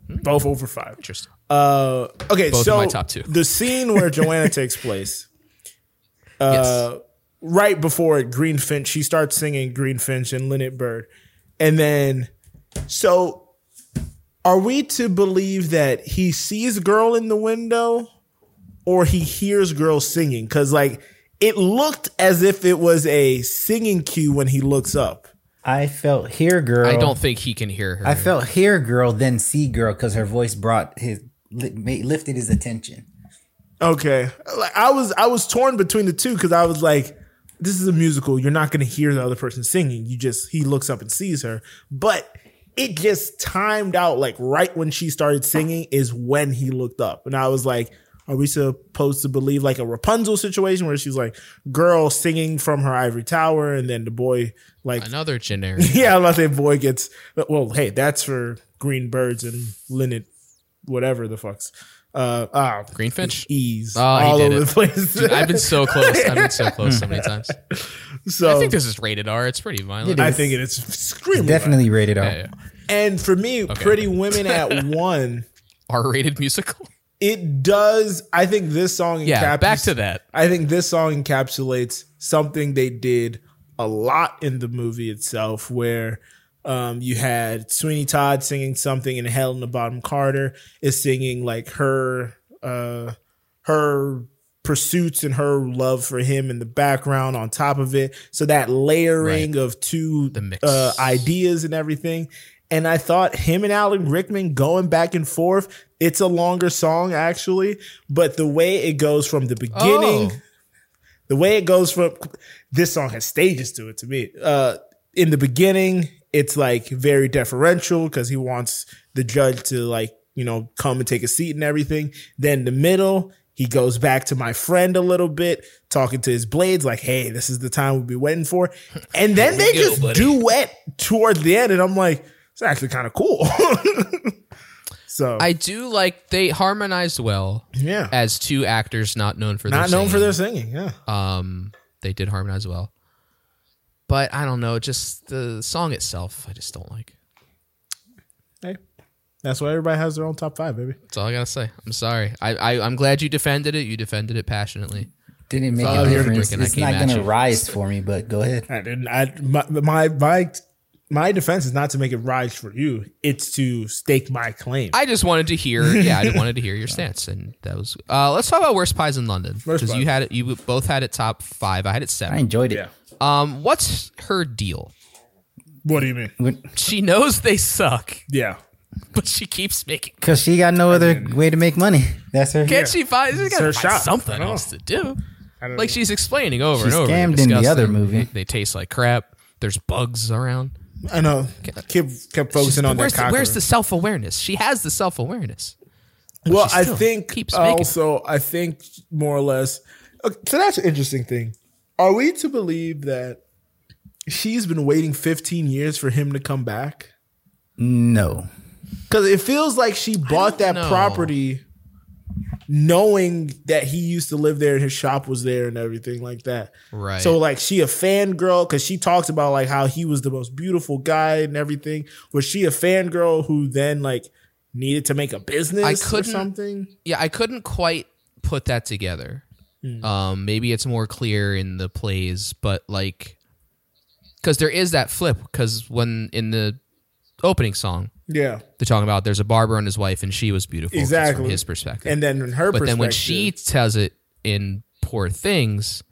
Both over five. Interesting. Uh, okay, Hmm. Both so in my top two. the scene where Joanna takes place, uh, right before Greenfinch, she starts singing Greenfinch and Linnet Bird, and then so are we to believe that he sees girl in the window or he hears girl singing? Because like it looked as if it was a singing cue when he looks up. I felt Here Girl. I um, don't think he can hear her. I felt Here Girl, then See Girl, because her voice brought his li- ma- lifted his attention. Okay, like I was I was torn between the two because I was like, this is a musical. You're not going to hear the other person singing. You just he looks up and sees her, but it just timed out like right when she started singing is when he looked up, and I was like, Are we supposed to believe like a Rapunzel situation where she's like girl singing from her ivory tower and then the boy like Another generic. yeah, I'm about to say boy gets well, hey, that's for green birds and linnet whatever the fucks. Uh ah Greenfinch? ease Oh, he all did over it. the place. Dude, I've been so close. I've been so close so many times. so I think this is rated R. It's pretty violent. I think Hmm. Um, it is extremely Definitely rated R. Yeah, yeah. And for me, Pretty Women at One, R-rated musical. it does. I think this song Yeah, encaps- back to that. I think this song encapsulates something they did a lot in the movie itself, where um, you had Sweeney Todd singing something, and Helena Bottom Carter is singing like her uh, her pursuits and her love for him in the background on top of it. So that layering of two The mix. Uh, ideas and everything. And I thought him and Alan Rickman going back and forth. It's a longer song actually, but the way it goes from the beginning, Oh. the way it goes from this song has stages to it to me. Uh, in the beginning, it's like very deferential because he wants the judge to like you know come and take a seat and everything. Then the middle, he goes back to my friend a little bit, talking to his blades like, "Hey, this is the time we'll be waiting for," and then they go, just buddy. duet towards the end, and I'm like, "It's actually kind of cool." so I do like they harmonized well yeah, as two actors not known for not their known for singing. their singing. Yeah, Um, they did harmonize well, but I don't know. Just the song itself, I just don't like. hey, that's why everybody has their own top five, baby. That's all I gotta say. I'm sorry. I, I I'm glad you defended it. You defended it passionately. Didn't make all a I heard difference. breaking that It's came not at going to you. rise for me, but go ahead. I didn't. I my my my, my defense is not to make it rise for you. It's to stake my claim. I just wanted to hear. Yeah, I wanted to hear your stance, and that was. Uh, let's talk about worst pies in London Worst because pies. you had it. You both had it top five. I had it I seven. enjoyed it. Um, what's her deal? what do you mean? She knows they suck, Yeah, but she keeps making. Cause she got no other way to make money. That's her. Can't she find? She's her gotta find shop. I something don't know. else to do. don't Like know. she's explaining over and over. They're scammed in the other disgusting. movie. They, they taste like crap. There's bugs around. I know. Kept kept focusing on where's that. the, where's cockroach. the self awareness? She has the self awareness. Well, she I still think keeps making also I think more or less. Okay, so that's an interesting thing. Are we to believe that she's been waiting 15 years for him to come back? No. Because it feels like she bought that don't know. property knowing that he used to live there and his shop was there and everything like that. Right. So like she a fangirl because she talks about like how he was the most beautiful guy and everything. Was she a fangirl who then like needed to make a business I or couldn't- something? Yeah, I couldn't quite put that together. Hmm. Um, maybe it's more clear in the plays, but like, because there is that flip. Because when in the opening song, Yeah. they're talking about there's a barber and his wife, and she was beautiful 'cause Exactly. from his perspective. And then in her but perspective. then when she tells it in Poor Things,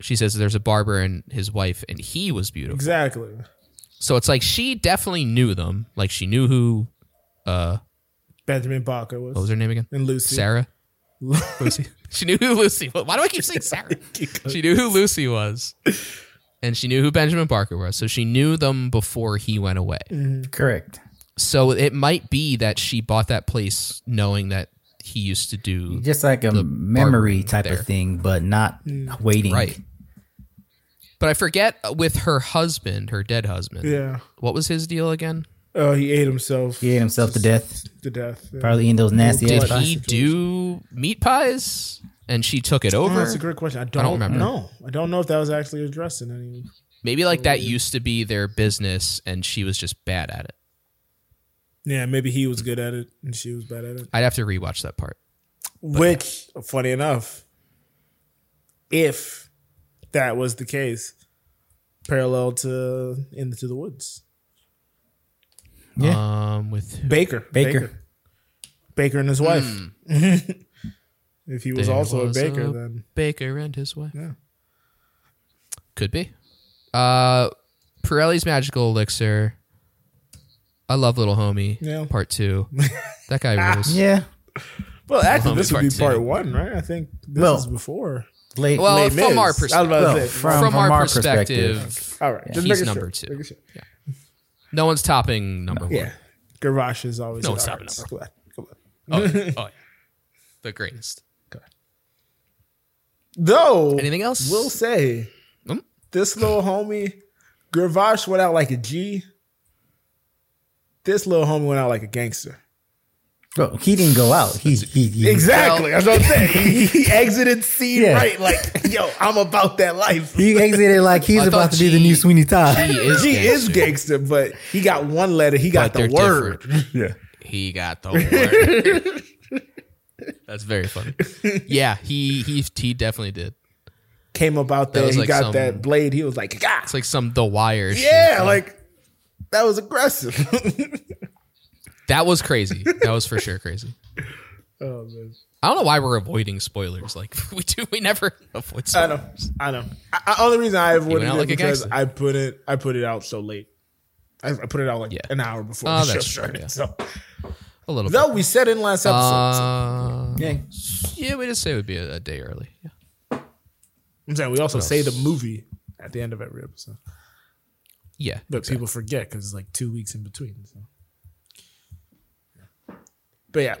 she says there's a barber and his wife, and he was beautiful. Exactly. So it's like she definitely knew them. Like she knew who. Uh, Benjamin Barker was. what was her name again? And Lucy. Sarah. Lucy. She knew who Lucy was. Why do I keep saying Sarah? She knew who Lucy was, and she knew who Benjamin Barker was. So she knew them before he went away. Mm-hmm. Correct. So it might be that she bought that place knowing that he used to do Just like a memory type there. of thing, but not waiting. Right. But I forget uh, with her husband, her dead husband. Yeah. What was his deal again? Oh, he ate himself He ate himself to death. to death. Yeah. Probably eating those nasty Did ass he pies. do meat pies? And she took it Oh, over. that's a great question. I don't, remember. know. I don't know if that was actually addressed in any. Maybe like that used to be their business, and she was just bad at it. Yeah, maybe he was good at it and she was bad at it. I'd have to rewatch that part. Which, funny enough, if that was the case, parallel to Into the Woods, Yeah. Um, with who? Baker, Baker. Baker, Baker and his wife. if he was Hmm. There also was a baker, a then Baker and his wife. Yeah. Could be. Uh, Pirelli's Magical Elixir. I love Little Homie. Yeah. Part two. That guy rules. Yeah. well, actually, this would part be two. part one, right? I think this Well, is before. Late. Well, Les from Mis. our I was perspective. about to Well, say, from, From, our, perspective. perspective all right, just He's making number sure, two. making sure. No one's topping number Yeah. Garage is always No, an it's not artist. Come on, come on. one. Oh, yeah. the greatest. Though, Anything else? We'll say Hmm? this little homie, Gervash went out like a G. This little homie went out like a gangster. Bro, he didn't go out. He he, he Exactly. that's what I'm saying. He, he exited scene Yeah. right. Like, yo, I'm about that life. he exited like he's I thought about to be the G- new Sweeney Todd. He is. G is gangster, gangster. but he got one letter. He got But they're the word. Yeah. He got the word. That's very funny. Yeah, he he he definitely did. Came about that. was he like got some- that blade. He was like, God. It's like some The Wire. shit. yeah, like that was aggressive. that was crazy. That was for sure crazy. oh man. I don't know why we're avoiding spoilers. Like we do, we never avoid. I Spoilers. know. I know. I, I, only reason I avoided went out it like a because gangster. I put it I put it out so late. I, I put it out like Yeah. an hour before Oh, the show that's true, started. yeah. So A little bit. though we said in last episode, so- Uh, Yeah. yeah, we just say it would be a, a day early. Yeah. I'm saying we also say the movie at the end of every episode. yeah. But people forget because it's like two weeks in between. So. But yeah,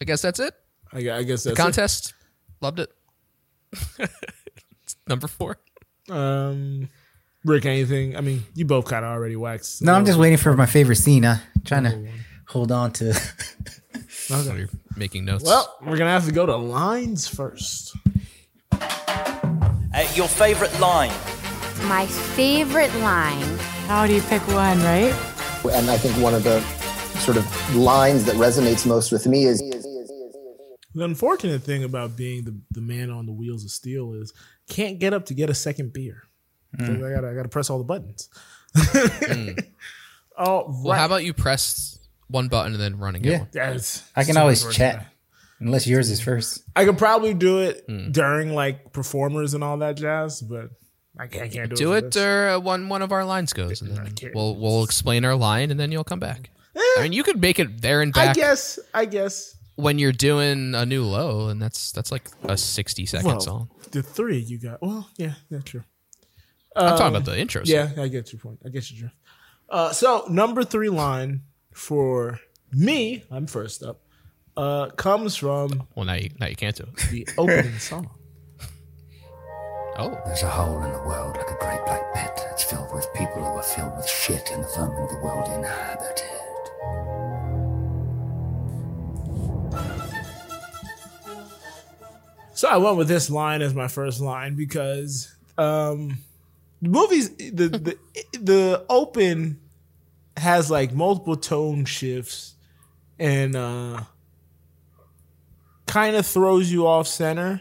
I guess that's it. I, gu- I guess that's Contest. Loved it. It's number four. It. Um, Rick, anything? I mean, you both kind of already waxed. No, I'm just waiting for my favorite scene. I'm trying to hold on to. You're making notes. Well, we're gonna have to go to lines first. Uh, your favorite line? My favorite line. How do you pick one, right? And I think one of the sort of lines that resonates most with me is The unfortunate thing about being the, the man on the wheels of steel is can't get up to get a second beer. 'Cause Mm. I gotta I gotta press all the buttons. Oh, right. well, how about you press one button and then run and get Yeah. one? That's- I can so always unfortunate. chat, unless yours is first. I could probably do it Mm. during like performers and all that jazz, but I can't, I can't do, Do it. for it this. or uh, one one of our lines goes, and then can't. we'll we'll explain our line, and then you'll come back. I mean, you could make it there and Eh. I back guess. I guess. when you're doing a new low, and that's that's like a sixty second Well, song. the three you got. Well, yeah, that's true. I'm talking about the intro. song. uh, Yeah, I get your point. I get your drift. Uh, so number three line for me, I'm first up. Uh, comes from Well, now you now you can't do it. the opening song. Oh, There's a hole in the world like a great black pit. It's filled with people who are filled with shit and the vermin of the world inhabit it. So I went with this line as my first line because um, the movies the the the open has like multiple tone shifts and uh, kind of throws you off center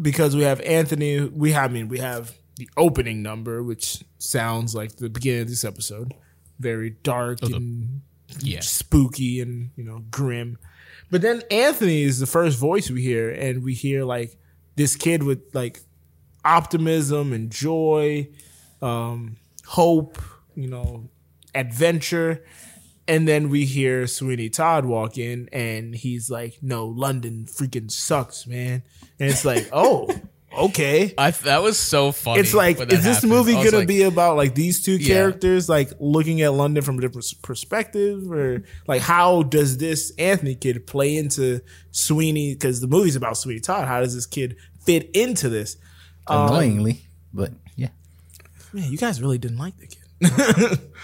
because we have Anthony. We have, I mean we have the opening number, which sounds like the beginning of this episode, very dark and yeah. spooky and you know grim. But then Anthony is the first voice we hear, and we hear like this kid with like optimism and joy, um, hope, you know, adventure. And then we hear Sweeney Todd walk in, and he's like, "No, London freaking sucks, man." And it's like, "Oh, okay." I, that was so funny. It's like, when is that this happened. movie I was gonna like, be about like these two Yeah. characters, like looking at London from a different s- perspective, or like how does this Anthony kid play into Sweeney? Because the movie's about Sweeney Todd. How does this kid fit into this? Annoyingly, but yeah. Man, you guys really didn't like the kid.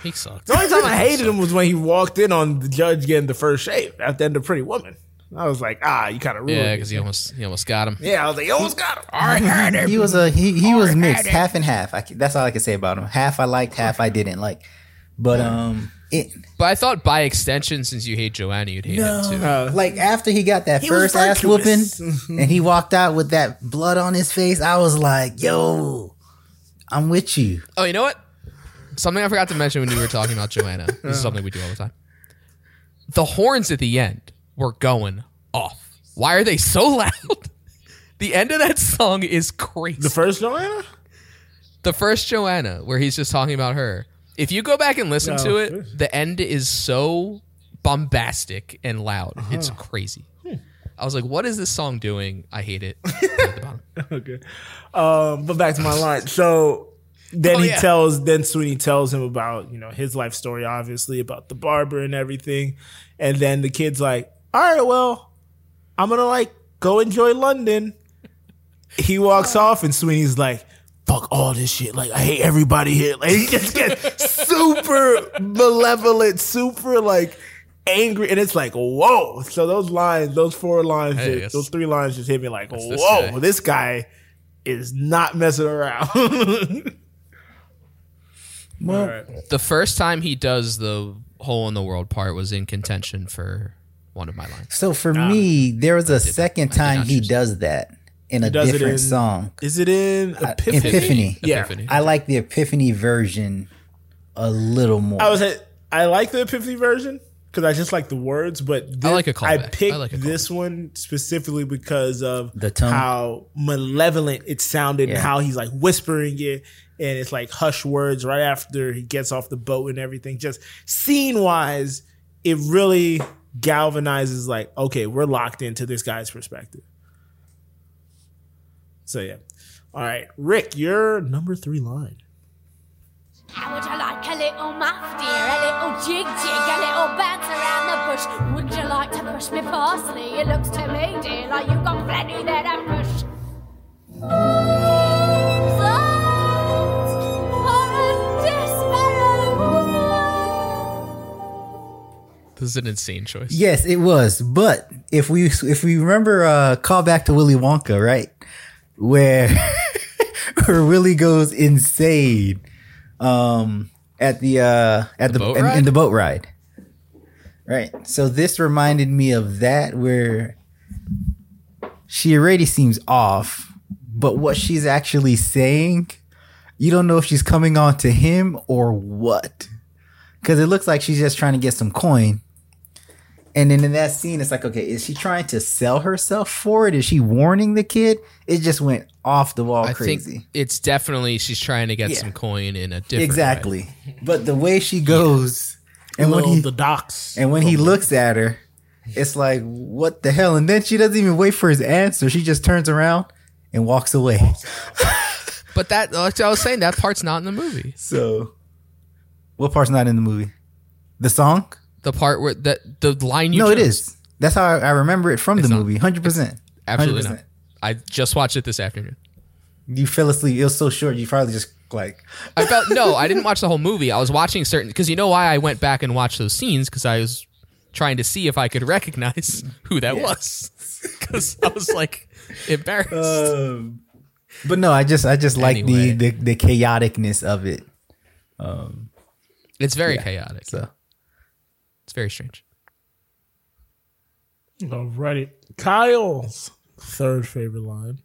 He sucked. the only time I hated him was when he walked in on the judge getting the first shave at the end of Pretty Woman. I was like, ah, you kind of ruined Yeah, it. because he almost he almost got him. Yeah, I was like, you almost got him. All right, all right, He was a he. He was mixed, half and half. I, c- that's all I can say about him. Half I liked, half I didn't like. But um, it But I thought by extension, since you hate Joanna, you'd hate him too. like after he got that He was first ass whooping virtuous. and he walked out with that blood on his face, I was like, "Yo, I'm with you." Oh, you know what? Something I forgot to mention when we were talking about Joanna. This is something we do all the time. The horns at the end were going off. Why are they so loud? The end of that song is crazy. The first Joanna? The first Joanna, where he's just talking about her. If you go back and listen No. to it, the end is so bombastic and loud. It's crazy. I was like, what is this song doing? I hate it. At the bottom. okay. Um, but back to my line. So then Oh, he yeah. tells, then Sweeney tells him about, you know, his life story, obviously, about the barber and everything. And then the kid's like, all right, well, I'm going to like go enjoy London. He walks Oh. off, and Sweeney's like, fuck all this shit. Like, I hate everybody here. Like, he just gets super malevolent, super like angry. And it's like, whoa. So those lines, those four lines, Hey, just- that's- those three lines just hit me like, that's whoa, this guy. this guy is not messing around. Well, The first time he does the hole in the world part was in contention for one of my lines. so for me, there was a second time not he choose that. does that in a does it different in- song. is it in Uh, Epiphany? Epiphany. Yeah. Epiphany. I like the Epiphany version a little more. I was at, I like the Epiphany version because I just like the words, but this, like a callback. I I picked like a this one specifically because of The tone? how malevolent it sounded, and Yeah. how he's like whispering it, and it's like hush words right after he gets off the boat and everything. Just scene wise, it really galvanizes like, okay, we're locked into this guy's perspective. So yeah, all right, Rick, your number three line. How would you like a little muff, dear? A little jig jig, a little bounce around the bush. Would you like to push me parsley? It looks to me, dear, like you've got plenty there to push. Thoughts of a desperate woman. This is an insane choice. Yes, it was. But if we if we remember uh call back to Willy Wonka, right? Where where Willy goes insane um at the uh at the, boat in, in ride? the boat ride. Right. So this reminded me of that where she already seems off, but what she's actually saying, you don't know if she's coming on to him or what. Cause it looks like she's just trying to get some coin. And then in that scene, it's like, okay, is she trying to sell herself for it? Is she warning the kid? It just went off the wall I crazy. think it's definitely she's trying to get Yeah. some coin in a different way. Exactly. But the way she goes and when Little he the docks. and when he looks at her, it's like, what the hell? And then she doesn't even wait for his answer. She just turns around and walks away. But that like I was saying that part's not in the movie. So what part's not in the movie? The song? The part where that the line you no, it chose. is. That's how I, I remember it from the not. movie. Hundred percent. absolutely not. I just watched it this afternoon. You fell asleep. It was so short. You probably just like I felt no, I didn't watch the whole movie. I was watching certain because you know why I went back and watched those scenes because I was trying to see if I could recognize who that was because I was like embarrassed. um, but no, I just I just like Anyway. the, the the chaoticness of it. it's very chaotic. So It's very strange. Alrighty. Kyle's third favorite line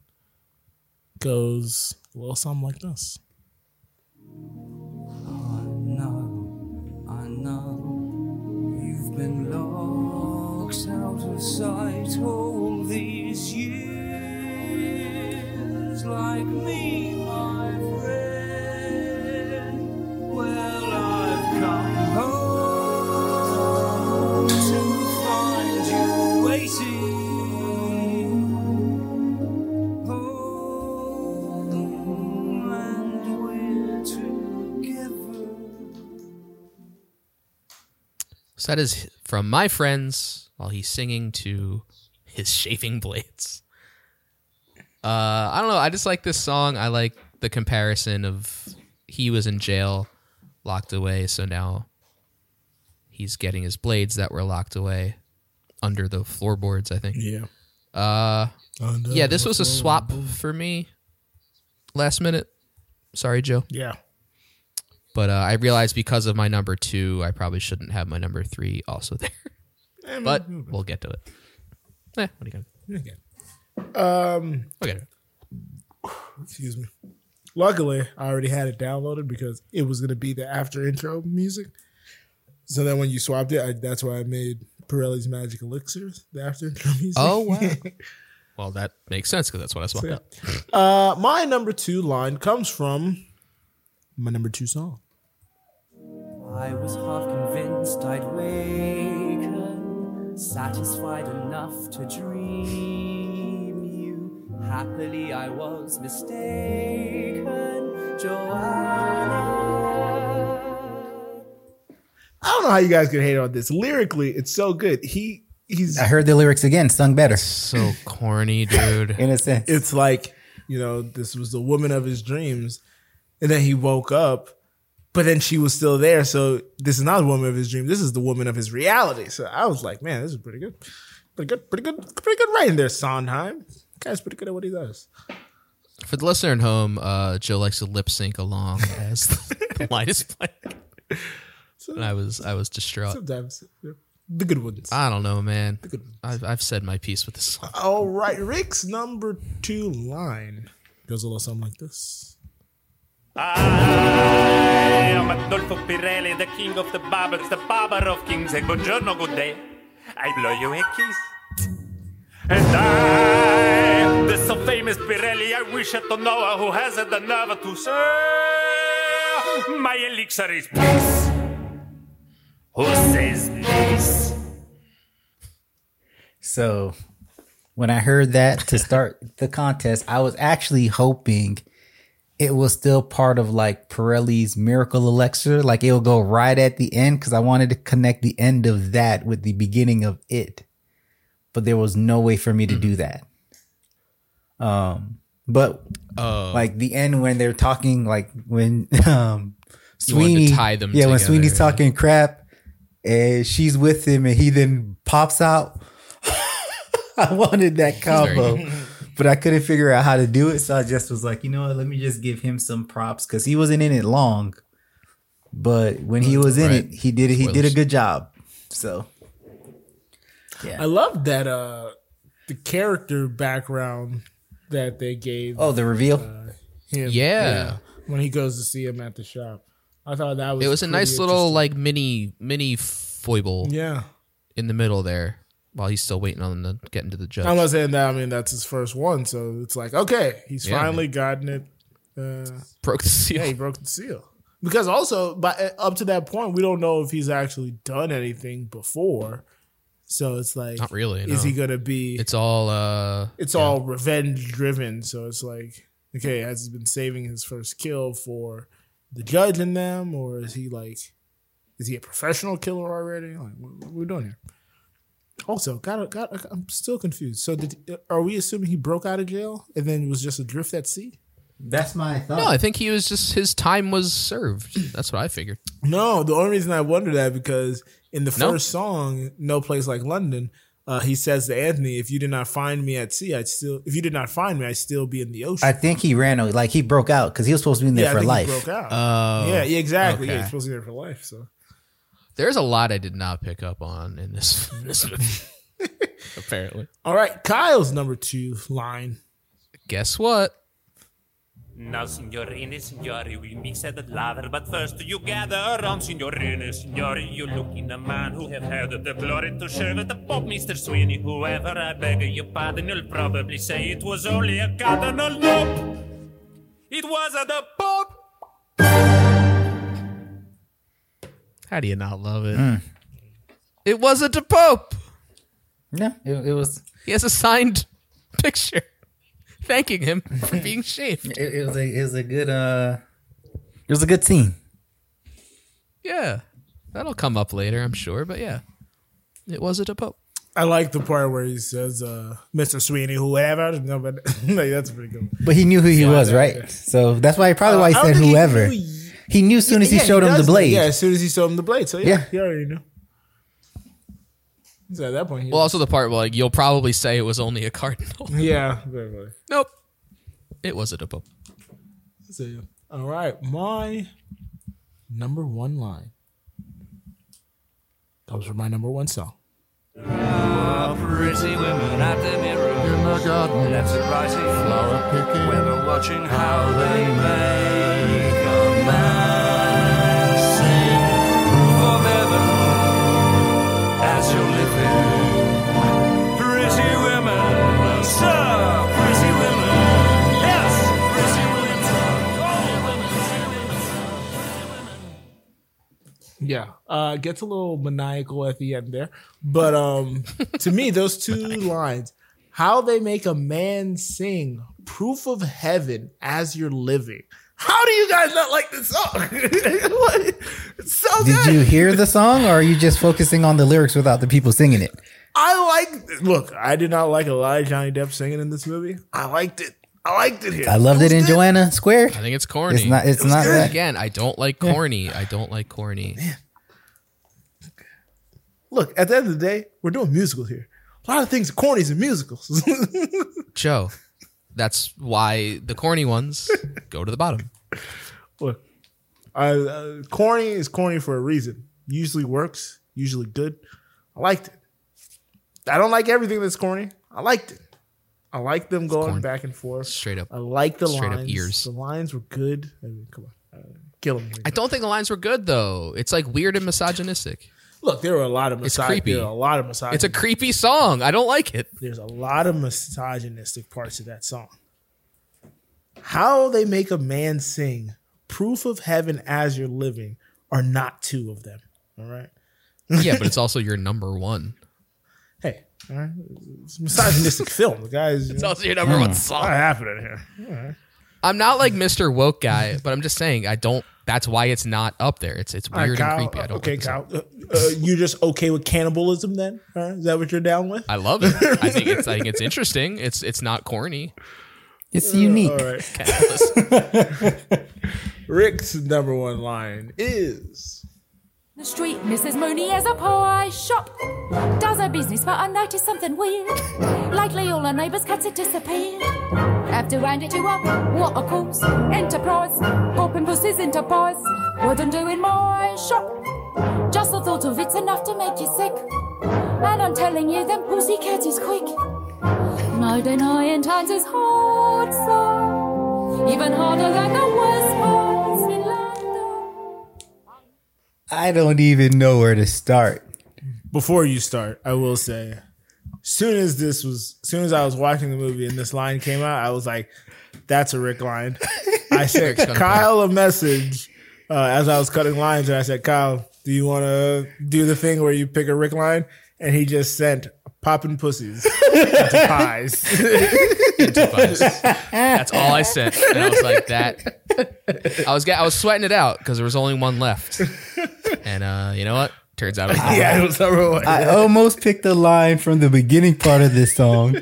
goes a little something like this. No, I know you've been locked out of sight all these years, like me, my friend. Well, I've come home to find you waiting. Home and we're together. So that is from my friends while he's singing to his shaving blades. Uh, I don't know. I just like this song. I like the comparison of he was in jail, locked away, so now he's getting his blades that were locked away under the floorboards. I think. Yeah. Uh, yeah, this was a swap for me last minute. Sorry, Joe. Yeah. But uh, I realized because of my number two, I probably shouldn't have my number three also there. Eh, but we'll get to it. Eh, what are you gonna? Um, We'll get to it. excuse me. Luckily, I already had it downloaded because it was gonna be the after intro music. So then when you swapped it, I, that's why I made Pirelli's Magic Elixir the after intro music. Oh wow. well, that makes sense because that's what I swapped out. Uh, my number two line comes from my number two song. I was half convinced I'd waken, satisfied enough to dream you. Happily, I was mistaken, Joanna. I don't know how you guys could hate on this. Lyrically, it's so good. He he's I heard the lyrics again, sung better. So corny, dude. In a sense. It's like, you know, this was the woman of his dreams. And then he woke up, but then she was still there. So this is not the woman of his dream. This is the woman of his reality. So I was like, man, this is pretty good. Pretty good, pretty good, pretty good writing there, Sondheim. Guy's pretty good at what he does. For the listener at home, uh, Joe likes to lip sync along as the, the line is playing. and I was I was distraught. Sometimes yeah. the good ones. I don't know, man. I've, I've said my piece with this song. All right, Rick's number two line goes a little something like this. I am Adolfo Pirelli, the king of the barbers, the barber of kings. And buongiorno, good day. I blow you a kiss. And I, the so famous Pirelli, I wish I to know who has the nerve to say, my elixir is peace. Who says peace? So when I heard that to start the contest, I was actually hoping it was still part of like Pirelli's miracle elixir. Like it'll go right at the end because I wanted to connect the end of that with the beginning of it. But there was no way for me to do Mm-hmm. that. Um but Oh. like the end when they're talking like when um You wanted to Sweeney tie them Yeah, when together, Sweeney's yeah. talking crap and she's with him and he then pops out. I wanted that combo. But I couldn't figure out how to do it, so I just was like, you know what? Let me just give him some props because he wasn't in it long. But when he was in Right. it, he did it. He did a Spoilers. good job. So I love that uh the character background that they gave. oh, the reveal. Uh, him. Yeah. When he goes to see him at the shop. I thought that was It was a pretty nice little interesting. like mini mini foible Yeah. in the middle there while he's still waiting on them to get into the judge. I'm not saying that. I mean, that's his first one, so it's like, okay, he's Yeah, finally gotten it. Uh, Broke the seal. yeah, he broke the seal. Because also, but up to that point, we don't know if he's actually done anything before. So it's like, Not really, Is no. he gonna be? It's, It's all uh all revenge driven. So it's like, okay, has he been saving his first kill for the judge and them, or is he like, is he a professional killer already? Like, what, what we doing here? Also, got got. I'm still confused. So, did, are we assuming he broke out of jail and then was just adrift at sea? That's my thought. No, I think he was just his time was served. That's what I figured. No, the only reason I wonder that because in the No? first song, "No Place Like London," uh, he says to Anthony, "If you did not find me at sea, I'd still. If you did not find me, I'd still be in the ocean." I think he ran away. Like he broke out because he was supposed to be in there yeah, I for think life. he broke out. Oh. yeah, yeah, exactly. Yeah, okay. he's supposed to be there for life. So There's a lot I did not pick up on in this, in this movie. Apparently. all right, Kyle's number two line. Guess what? Now, signorina, signori, we mix at the lather, but first you gather around, signorina, signori. You look in a man who have had the glory to share with the Pope, Mr. Sweeney. Whoever, I beg your pardon, you'll probably say it was only a cardinal. Nope, it was a the Pope. How do you not love it? It wasn't a pope. No, it, it was He has a signed picture thanking him for being shaved. it, it was a it was a good uh it was a good scene. Yeah. That'll come up later, I'm sure, but yeah. It wasn't a pope. I like the part where he says, uh, "Mr. Sweeney, whoever." No, but like, that's pretty good. But he knew who he was, right? So that's why probably why he Uh, I don't said think he whoever. knew He, he- knew as soon as he Yeah, showed him the does know. blade. Yeah, as soon as he showed him the blade. So yeah, Yeah. he already knew. So at that point, he Well, also the part where like you'll probably say it was only a cardinal. yeah, very, very. nope. It wasn't a pope. So, yeah. all right, my number one line comes from my number one song. Pretty women at the mirror in the garden, left and righty flower picking. Women watching how they make a man sing forever as you're living. Pretty women, sir, pretty women, yes, pretty women, Yeah, uh, gets a little maniacal at the end there, but um, to me, those two lines, how they make a man sing "Proof of Heaven" as you're living. How do you guys not like this song? Like, it's so Did good. you hear the song or are you just focusing on the lyrics without the people singing it? I like. Look, I did not like a lot of Johnny Depp singing in this movie. I liked it. I liked it here. I loved was it in good. Joanna Square. I think it's corny. It's not. It's not that. again. I don't like Yeah. corny. I don't like Oh, corny. Look, at the end of the day, we're doing musicals here. A lot of things are cornies in musicals. Joe, that's why the corny ones go to the bottom. Look, I, uh, corny is corny for a reason. Usually works. Usually good. I liked it. I don't like everything that's corny. I liked it. I like them going back and forth. Straight up. I like the straight lines. up ears. The lines were good. I mean, come on, uh, kill them. I don't think the lines were good though. It's like weird and misogynistic. Look, there were a lot of It's misogy- creepy. There were a lot of misogyny. It's a creepy song. I don't like it. There's a lot of misogynistic parts of that song. How they make a man sing "Proof of Heaven as You're Living" are not two of them. All right. yeah, but it's also your number one. Hey, all right. It's a misogynistic film. The guys. It's also your number one song. What happened in here? All right. I'm not like Mr. Woke guy, but I'm just saying I don't. That's why it's not up there. It's it's All right, weird Kyle. and creepy. I don't. okay, like the song. Kyle. Uh, uh, you're just okay with cannibalism then? All right. Is that what you're down with? I love it. I think it's I think it's interesting. It's it's not corny. Mm. It's unique. All right. Catalyst. Rick's number one line is The street, Mrs. Mooney has a pie shop. Does her business, but I noticed something weird. Lately, all her neighbours' cats have disappeared. Have to hand it to her. What a cause. Enterprise. Popping pussies into pies. Wouldn't do in my shop. Just the thought of it's enough to make you sick. And I'm telling you, them pussy cats is quick. Modern iron times is hard, so even harder than the worst parts in life. I don't even know where to start. before you start, I will say, soon as this was, soon as I was watching the movie and this line came out, I was like, "That's a Rick line." I sent Rick's gonna Kyle a message uh, as I was cutting lines, and I said, "Kyle, do you want to do the thing where you pick a Rick line?" And he just sent popping pussies into pies. That's all I sent, and I was like that. I was ga- I was sweating it out because there was only one left, and uh, you know what? Turns out, it was yeah, it was number one. I almost picked a line from the beginning part of this song,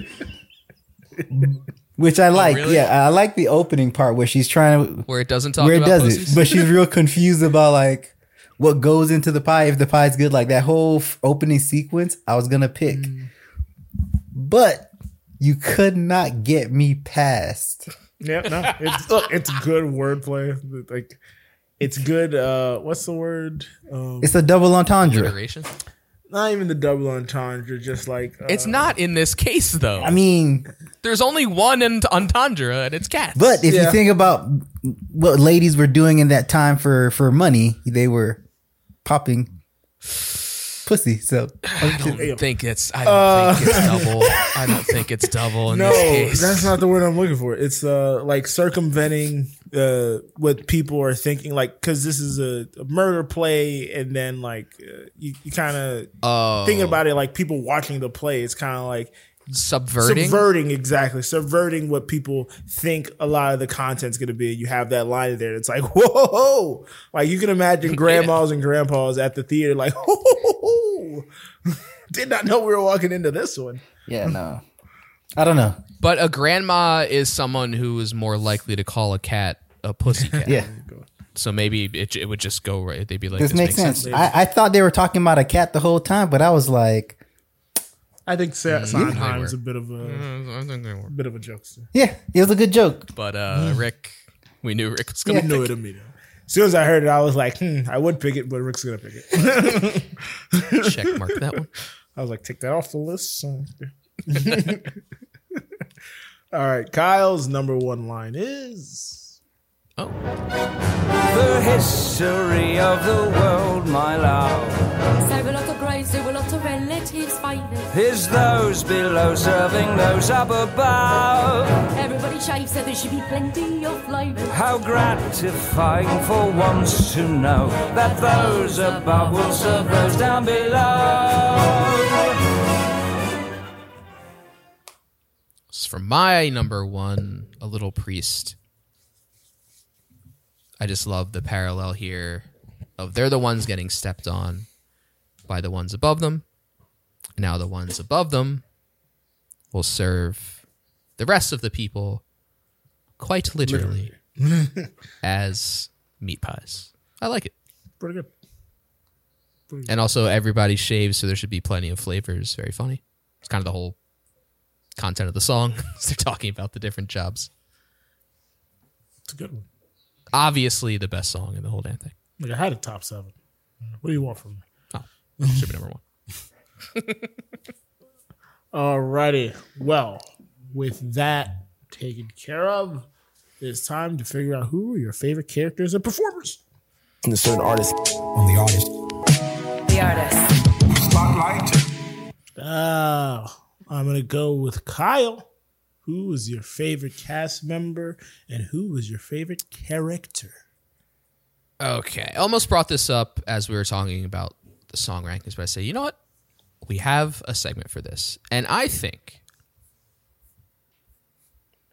which I like. really? Yeah, I like the opening part where she's trying to where it doesn't talk where it about does pussies. it, but she's real confused about like what goes into the pie if the pie's good. Like that whole f- opening sequence, I was gonna pick, Mm. but you could not get me past. Yeah, no, it's look, it's good wordplay. Like, it's good. Uh, what's the word? Um, It's a double entendre. Alliteration? not even the double entendre. Just like uh, It's not in this case though. I mean, There's only one ent- entendre, and it's cats. But if Yeah. you think about what ladies were doing in that time for for money, they were popping pussy. So I don't think it's. I don't Uh, think it's double. I don't think it's double in no, this case. that's not the word I'm looking for. It's uh like circumventing uh what people are thinking, like because this is a, a murder play, and then like uh, you, you kind of Oh, thinking about it, like people watching the play. It's kind of like subverting. subverting exactly subverting what people think a lot of the content's going to be you have that line there it's like whoa like you can imagine grandmas and grandpas at the theater like did not know we were walking into this one yeah, no, I don't know. but a grandma is someone who is more likely to call a cat a pussy cat. Yeah, So maybe it, it would just go right. They'd be like, this, "This, makes sense. sense. I, I thought they were talking about a cat the whole time, but I was like, i think Sa- sondheim's they a Mm, bit were. of a I think they were. bit of a jokester yeah, it was a good joke. But uh, Rick, we knew Rick was gonna i knew it immediately as soon as i heard it i was like hmm i would pick it but rick's gonna pick it check mark that one. i was like take that off the list all right kyle's number one line is The history of the world, my love, So a lot of graves, do a lot of relatives' favours. is those below serving those up above. Everybody shaves, so there should be plenty of flavours. How gratifying for once to know that those above will serve those down below. This is from my number one, a little priest. I just love the parallel here of they're the ones getting stepped on by the ones above them. Now the ones above them will serve the rest of the people quite literally as meat pies. I like it. Pretty good. Pretty And also everybody shaves, so there should be plenty of flavors. Very funny. It's kind of the whole content of the song. They're talking about the different jobs. It's a good one. Obviously the best song in the whole damn thing. Like I had a top seven. What do you want from me? Oh, should be number one. Alrighty. Well, with that taken care of, it's time to figure out who are your favorite characters and performers. From the certain artist. The artist. The artist. Uh, I'm gonna go with Kyle. Who was your favorite cast member and who was your favorite character? Okay. I almost brought this up as we were talking about the song rankings, but I say, you know what? We have a segment for this. And I think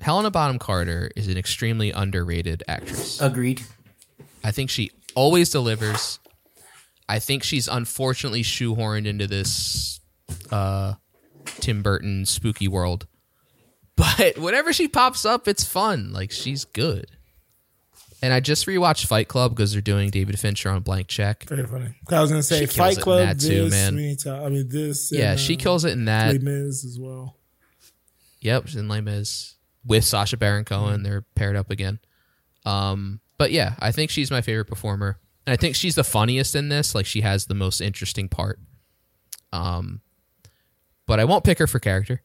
Helena Bonham Carter is an extremely underrated actress. Agreed. I think she always delivers. I think she's unfortunately shoehorned into this uh, Tim Burton spooky world. But whenever she pops up, it's fun. Like she's good. And I just rewatched Fight Club because they're doing David Fincher on Blank Check. Very funny. I was gonna say She kills Fight it in Club. that this, too, man. Sweeney Todd- I mean this. Yeah, and, she uh, kills it in that. Les Mis as well. Yep, she's in Les Mis with Sasha Baron Mm-hmm. Cohen. They're paired up again. Um, but yeah, I think she's my favorite performer, and I think she's the funniest in this. Like she has the most interesting part. Um, but I won't pick her for character.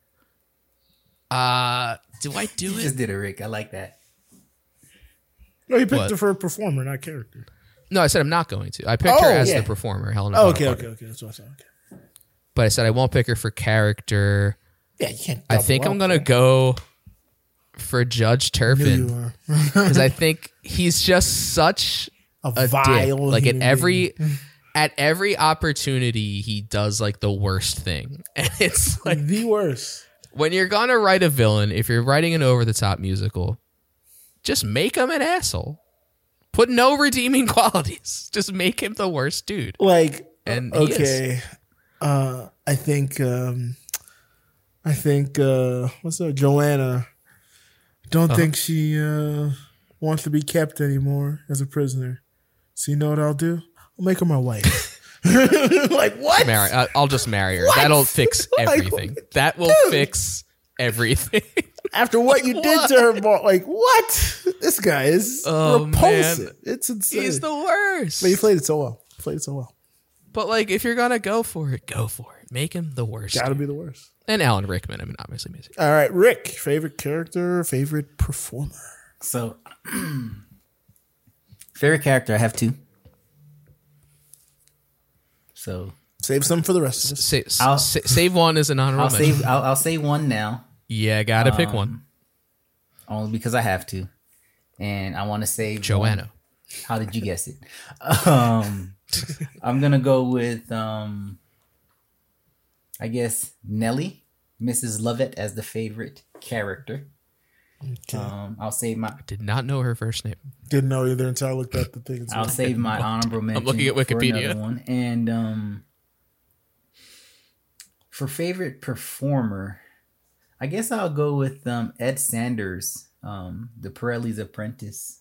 Uh, do I do You it? just did it, Rick. I like that. No, he picked What? her for a performer, not character. No, I said I'm not going to. I picked her Oh, as yeah. the performer, Helena. Oh, Bonham okay, Carter. okay, okay. That's what I thought. Okay. But I said I won't pick her for character. Yeah, you can't I double think I'm up, gonna go for Judge you Turpin were. because I think he's just such A a, vile dick. Like at human every at every opportunity, he does like the worst thing, and it's like the worst. When you're gonna write a villain, if you're writing an over the top musical, just make him an asshole. Put no redeeming qualities. Just make him the worst dude. Like and he is. okay, uh, I think um, I think uh, what's up, Joanna? Don't Uh-huh. think she uh, wants to be kept anymore as a prisoner. So you know what I'll do? I'll make her my wife. like what? Marry, I- I'll just marry her. That'll fix everything. that will fix everything. After what you did to her, bo- like what? This guy is Oh, repulsive. man. It's insane. He's the worst. But he played it so well. Played it so well. But like, if you're gonna go for it, go for it. Make him the worst. Gotta be the worst. And Alan Rickman. I mean, obviously, amazing. All right, Rick. Favorite character, favorite performer. So, favorite character, I have two. So save some for the rest of us. Sa- I'll- sa- save one as an honorable I'll mention. save. I'll, I'll say one now. yeah, gotta pick Um, one. only because I have to, and I want to save Joanna. one. How did you guess it? Um, I'm gonna go with, um, I guess Nellie, Mrs. Lovett as the favorite character. Um, I'll save my. Did not know her first name. Didn't know either until I looked at the thing. It's I'll like- save my honorable mention. I'm looking at for Wikipedia. another one. And um, for favorite performer, I guess I'll go with um, Ed Sanders, um, the Pirelli's apprentice.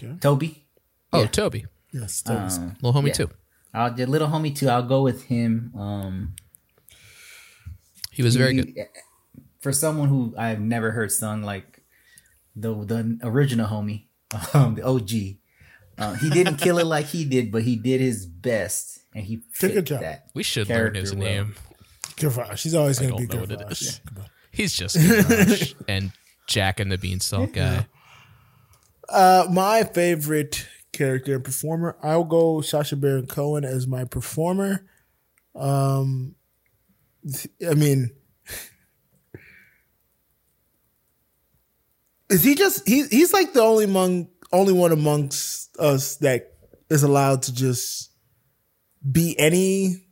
Okay. Toby. Oh, Yeah. Toby. Yes, Um, Little homie yeah. too. I'll the little homie too. I'll go with him. Um, He was very he- eh, good. for someone who I've never heard sung like the the original homie, um, the OG. Uh, he didn't kill it like he did, but he did his best, and he Did a good fit job. that. We should learn his character well. name. Gavroche. He's always I going to don't be know what it Gavroche. is. Yeah, come on. He's just Gavroche and Jack and the Beanstalk guy. Uh, my favorite character and performer, I'll go Sasha Baron Cohen as my performer. Um, th- I mean, is he just he? He's like the only among only one amongst us that is allowed to just be any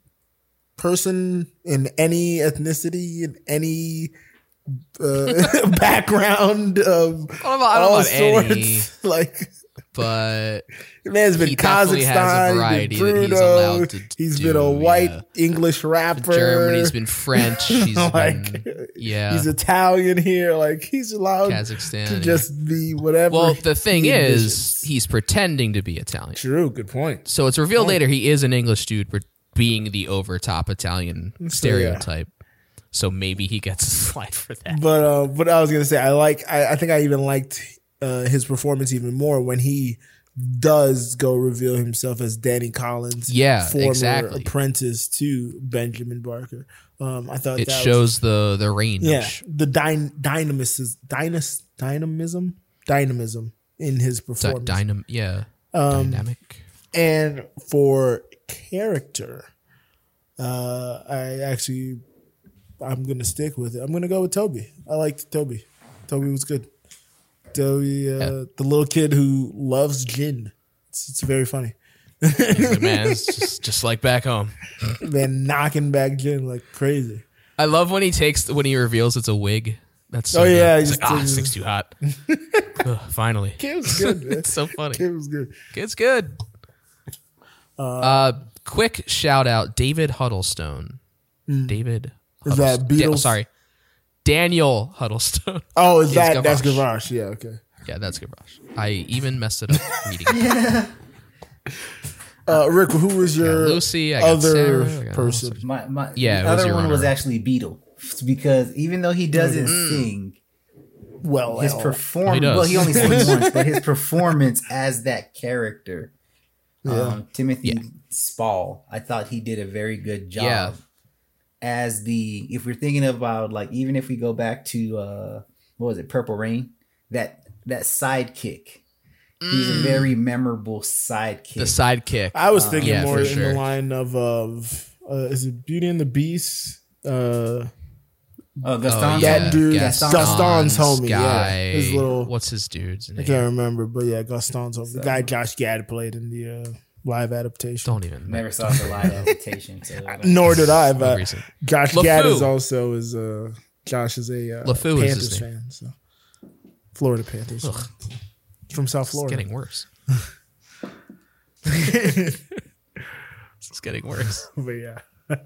person in any ethnicity in any uh, background of I don't know about all any. sorts. Like but man's been he definitely has a Kazakhstan, variety he's that been he's Bruno, allowed to he's been a white English rapper. Germany's been French. He's like been- yeah. he's Italian here. Like he's allowed Kazakhstan, to yeah. just be whatever. Well, the thing he is, he's pretending to be Italian. True, good point. So it's revealed later he is an English dude, but being the overtop Italian So, yeah. stereotype. So maybe he gets a slide for that. But uh, but I was gonna say I like I, I think I even liked uh, his performance even more when he does go reveal himself as Danny Collins, Yeah, former exactly. apprentice to Benjamin Barker. Um, I thought It that shows the the range. was, yeah the dyn- dynamism, dynas, dynamism, dynamism in his Dy- performance. dynam- yeah. Um, dynamic. And for character, uh, I actually I'm gonna stick with it. I'm gonna go with Toby. I liked Toby. Toby was good. Toby, uh, the little kid who loves gin. It's, it's very funny. Like, man, it's just, just like back home. Man, knocking back gin like crazy. I love when he takes when he reveals it's a wig. That's so Oh, yeah, he good. It's just like, ah, takes- six too hot. Ugh, finally, Kid was good. Man. it's so funny. Kid was good. Kid's good. Uh, quick shout out David Huddlestone. Mm. David Is that Huddlest- Da- oh, Beatles? sorry, Daniel Huddlestone. Oh, is He's that that's Gavroche. Gavroche? Yeah, okay. Yeah, that's Gavroche. I even messed it up reading. it. Uh, Rick, who was your Lucy, I got other Sarah, I got person? My, my, Yeah, the it was other your one was runner-up. actually Beetle because even though he doesn't Mm. sing, Well, his well. performance. He does. well, he only sings once, but his performance as that character, um, Timothy Spall, I thought he did a very good job Yeah. as the. If we're thinking about like, even if we go back to uh, what was it, Purple Rain, that that sidekick. He's a very memorable sidekick. Mm. The sidekick. I was thinking uh, yeah, more for in sure. the line of of uh, is it Beauty and the Beast? Uh, uh, Gaston. That Oh, yeah. dude, Gaston. Gaston's homie, yeah. guy. His little- What's his dude's I name? can't remember, but yeah, Gaston's over. The guy Josh Gad played in the uh, live adaptation. Don't even. Never saw the live adaptation. So I don't- Nor did I, No but reason. Josh LeFou. Gad is also is uh, Josh is a uh, LeFou is his Panthers name. fan, so Florida Panthers Ugh. from South It's Florida. getting worse. it's getting worse. but yeah,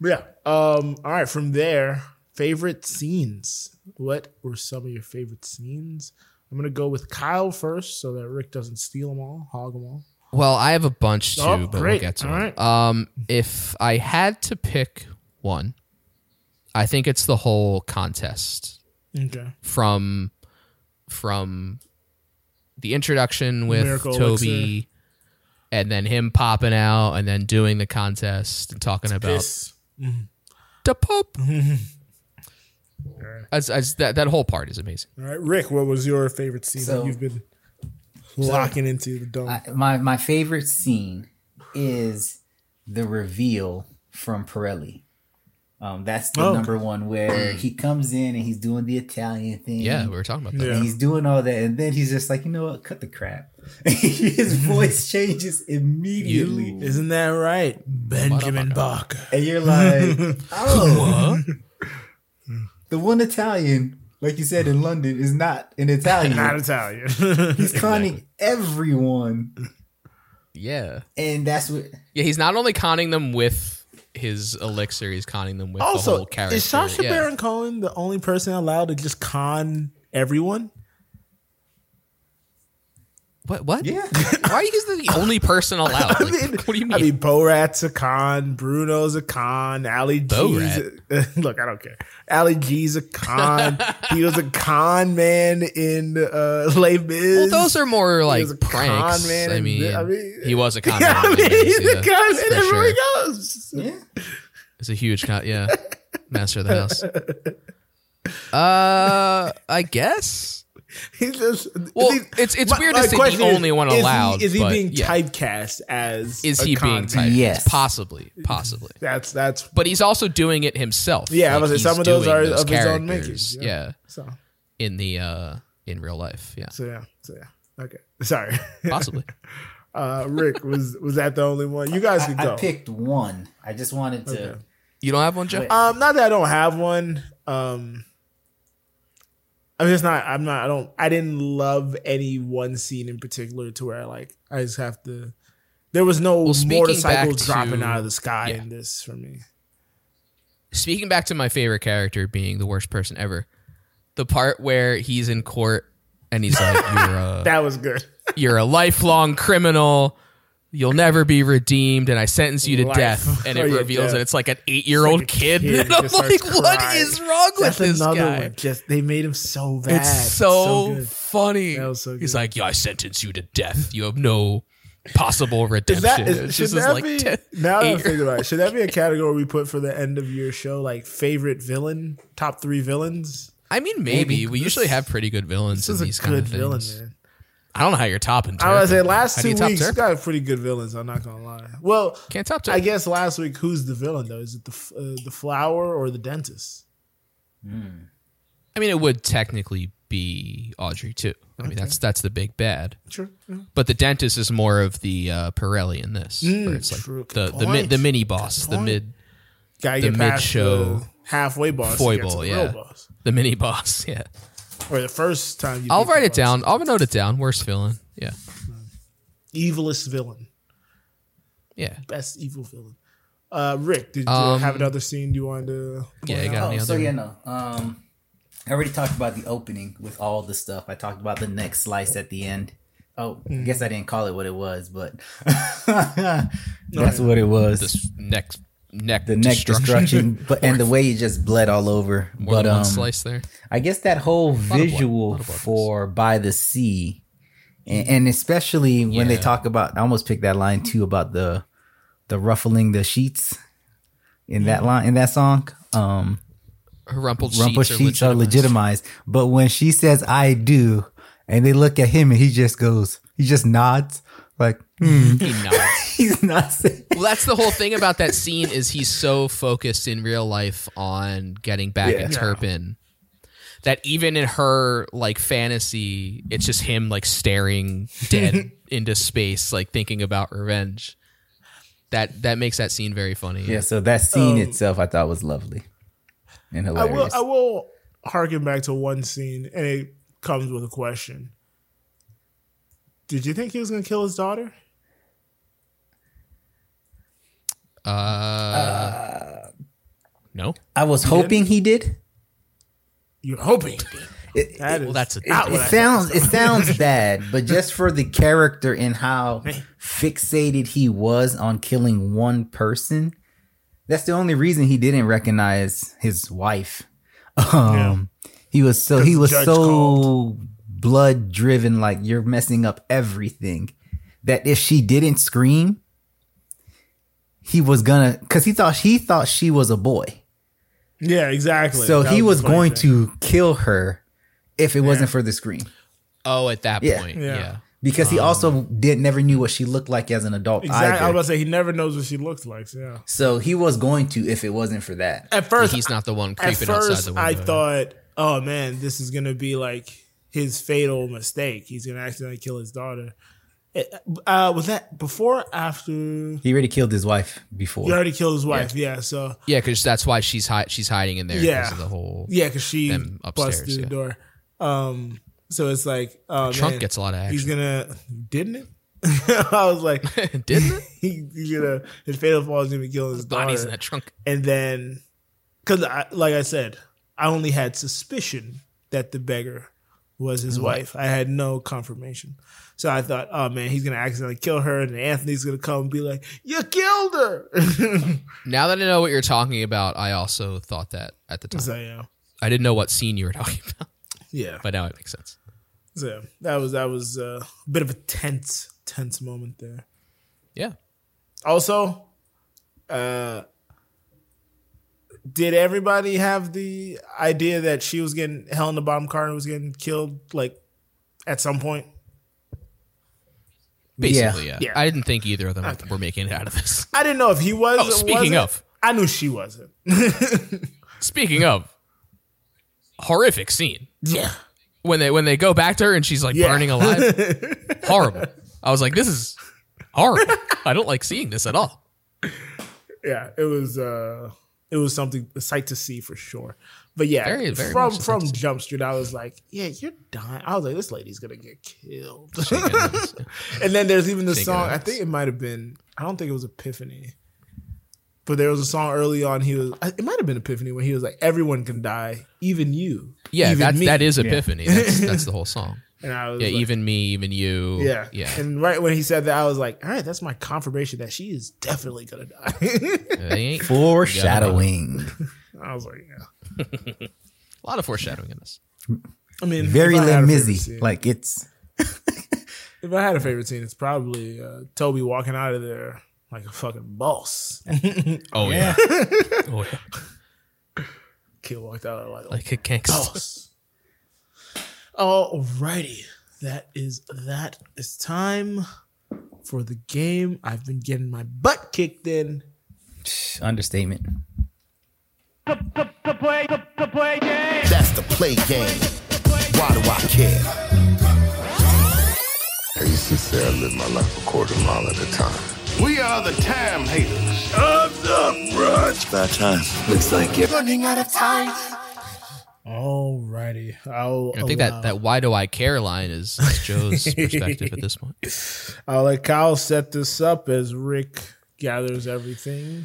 yeah. Um, all right, from there, favorite scenes. What were some of your favorite scenes? I'm gonna go with Kyle first, so that Rick doesn't steal them all, hog them all. Well, I have a bunch too, Oh, but great. we'll get to All it. Um, if I had to pick one, I think it's the whole contest Okay. from from the introduction with Miracle Toby, Elixir. and then him popping out, and then doing the contest and talking about Piss. the Pope. As, as that that whole part is amazing. All right, Rick, what was your favorite scene So- that you've been locking into the dome? I, my my favorite scene is the reveal from Pirelli. Um, that's the Oh. number one where he comes in and he's doing the Italian thing. Yeah, we were talking about that. Yeah. and he's doing all that, and then he's just like, you know what? Cut the crap. His voice changes immediately, Isn't that right, Benjamin Barker? and you're like, oh, the one Italian, like you said in London, is not an Italian. Not Italian. he's conning everyone, Yeah. and that's what. Yeah, he's not only conning them with his elixir, he's conning them with the also, whole character. is Sasha yeah. Baron Cohen the only person allowed to just con everyone? What? What? Yeah. Why are you guys the only person allowed? Like, mean- what do you mean? I mean, Bo Rat's a con, Bruno's a con, Ali Bo G's. Look, I don't care. Ali G's a con. he was a con man in uh, Les well, Mis. those are more like was a con pranks. man I, in- mean, I mean- he was a con Yeah, man. I in mean, Venice, he's yeah, a con, and for everywhere sure. he goes. Yeah. It's a huge con. Yeah, master of the house. Uh, I guess. He just Well, is it's- it's weird to my say the question only one allowed, Is he, but being yeah. typecast as? Is a he con being man? typecast? Yes. Possibly, possibly. That's that's But he's also doing it himself. Yeah, I was gonna he's say, some of those doing are of his own characters, making, yeah. yeah, so in the uh, in real life. Yeah, so yeah so yeah okay Uh, sorry possibly. uh Rick was was that the only one you guys could I, go I picked one. I just wanted to. You don't have one, Joe? um not that I don't have one um I mean, it's not. I'm not. I don't. I didn't love any one scene in particular to where I like. I just have to. There was no Well, speaking motorcycle back to- dropping out of the sky Yeah. in this for me. Speaking back to my favorite character being the worst person ever, the part where he's in court and he's like, "You're a That was good. you're a lifelong criminal." You'll never be redeemed, and I sentence you to Life. death. And Oh, it yeah, reveals death. that it's like an eight-year-old Like a kid. kid And I'm just starts like, what crying. is wrong That's with this another guy? one. Just they made him so bad. It's so, good. funny. That was so He's like, "Yeah, I sentence you to death. You have no possible redemption." Is that It's is, should just this, that like, be ten- now that I'm eight-year-old. thinking about it? Should that be a category we put for the end of your show, like favorite villain, top three villains? I mean, maybe we usually have pretty good villains This is in a these good kind of things. villain, man. I don't know how you're topping. I was gonna Turpin. say last How do two you top weeks you Turpin? got pretty good villains. I'm not gonna lie. Well, can't top. I guess last week who's the villain though? Is it the f- uh, the flower or the dentist? I mean, it would technically be Audrey too. I mean, Okay. that's that's the big bad. Sure, yeah. But the dentist is more of the uh, Pirelli in this, Mm, where it's like true. the Good the, mi- point. the mini boss, the point. mid, Gotta the get mid past show the halfway boss. to get to foible, the yeah, real boss. the mini boss, yeah. Or the first time you. I'll beat the write it boss. down. I'll note it down. Worst villain, yeah. Evilest villain. Yeah. Best evil villain. Uh, Rick, did you Um, have another scene you wanted to? point out? oh, so yeah, no. Um, I already talked about the opening with all the stuff. I talked about the next slice at the end. Oh, Hmm. I guess I didn't call it what it was, but that's what it was. This neck, neck, the neck destruction, but and the Or- way it just bled all over. More but than one um, slice there. I guess that whole blood, visual for by the sea, and, and especially when they Yeah. talk about, I almost picked that line too about the the ruffling the sheets in that Hmm. line in that song. Um, her rumpled, rumple sheets, sheets are are legitimate. legitimized, but when she says "I do," and they look at him and he just goes, he just nods like, hmm. He nods. he's not saying. well, that's the whole thing about that scene is he's so focused in real life on getting back Yeah. at Turpin that even in her like fantasy, it's just him like staring dead into space, like thinking about revenge. That that makes that scene very funny. Yeah, so that scene Um, itself I thought was lovely and I will. hilarious. I will harken back to one scene, and it comes with a question. Did you think he was gonna kill his daughter? Uh, no. I was hoping he did. You're hoping. he did. It, That is Well, that's a not it what I sounds it sounds bad, but just for the character and how fixated he was on killing one person, that's the only reason he didn't recognize his wife. Um, he was so he 'Cause was Judge so blood driven, like you're messing up everything. That if she didn't scream, he was gonna because he thought he thought she was a boy. Yeah, exactly. So That he was the funny going thing. to kill her if it wasn't for the scream. Oh, at that Yeah. point, Yeah. yeah. Because he also did never knew what she looked like as an adult Exactly. I was either. about to say he never knows what she looks like. so yeah. So he was going to if it wasn't for that. At first, he's not the one at creeping outside first the window. I thought, oh man, this is gonna be like his fatal mistake. He's gonna accidentally kill his daughter. It- uh, was that before? Or after you He already killed his wife before. already killed his wife? Yeah. so Yeah, because that's why she's hi- she's hiding in there. 'cause yeah, of the whole yeah, because she them busts upstairs. through yeah. the door. Um, so it's like, oh Trump man, gets a lot of He's gonna, didn't it? I was like, Didn't it? he, he's gonna his fatal fall is gonna be killing his daughter. Body's in that trunk. and then because I, like i said i only had suspicion that the beggar was his wife i had no confirmation so i thought oh man he's gonna accidentally kill her and anthony's gonna come and be like you killed her Now that I know what you're talking about, I also thought that at the time. so yeah I didn't know what scene you were talking about, yeah but now it makes sense. so that was that was uh, a bit of a tense tense moment there Yeah. also uh did everybody have the idea that she was getting hell in the bottom car and was getting killed like at some point Basically, yeah. Yeah. I didn't think either of them were making it out of this. I didn't know if he was. Oh, or speaking wasn't. of. I knew she wasn't. Speaking of horrific scene Yeah, when they when they go back to her and she's like Yeah. burning alive, horrible. I was like, this is horrible. I don't like seeing this at all. yeah. It was. uh It was something a sight to see for sure. But yeah, Very, very from much from Jump Street, I was like, yeah, you're dying. I was like, this lady's gonna get killed. and then there's even the Shaking song. I ass. think it might have been. I don't think it was Epiphany, but there was a song early on. He was. It might have been Epiphany when he was like, everyone can die, even you. Yeah, even that's, me." that is Yeah. Epiphany. That's, that's the whole song. And I was yeah, like- even me, even you. Yeah. yeah. And right when he said that, I was like, all right, that's my confirmation that she is definitely going to die. Uh, They ain't- Foreshadowing. I was like, yeah. A lot of foresshadowing in this. I mean, Very if I had little a favorite Mizzy. scene- Like it's if I had a favorite scene, it's probably uh, Toby walking out of there like a fucking boss. Oh yeah. oh yeah. Kid walked out like, Like a gangster. Boss. Alrighty, that is that. It's time for the game. I've been getting my butt kicked in. understatement. That's the play game. Why do I care? I used to say I lived my life a quarter mile at a time. We are the time haters. It's about time. Looks like it. Running out of time. Alrighty, I'll. I Oh, think allow- that, that why do I care line is, is Joe's perspective at this point. I'll let Kyle set this up as Rick gathers everything.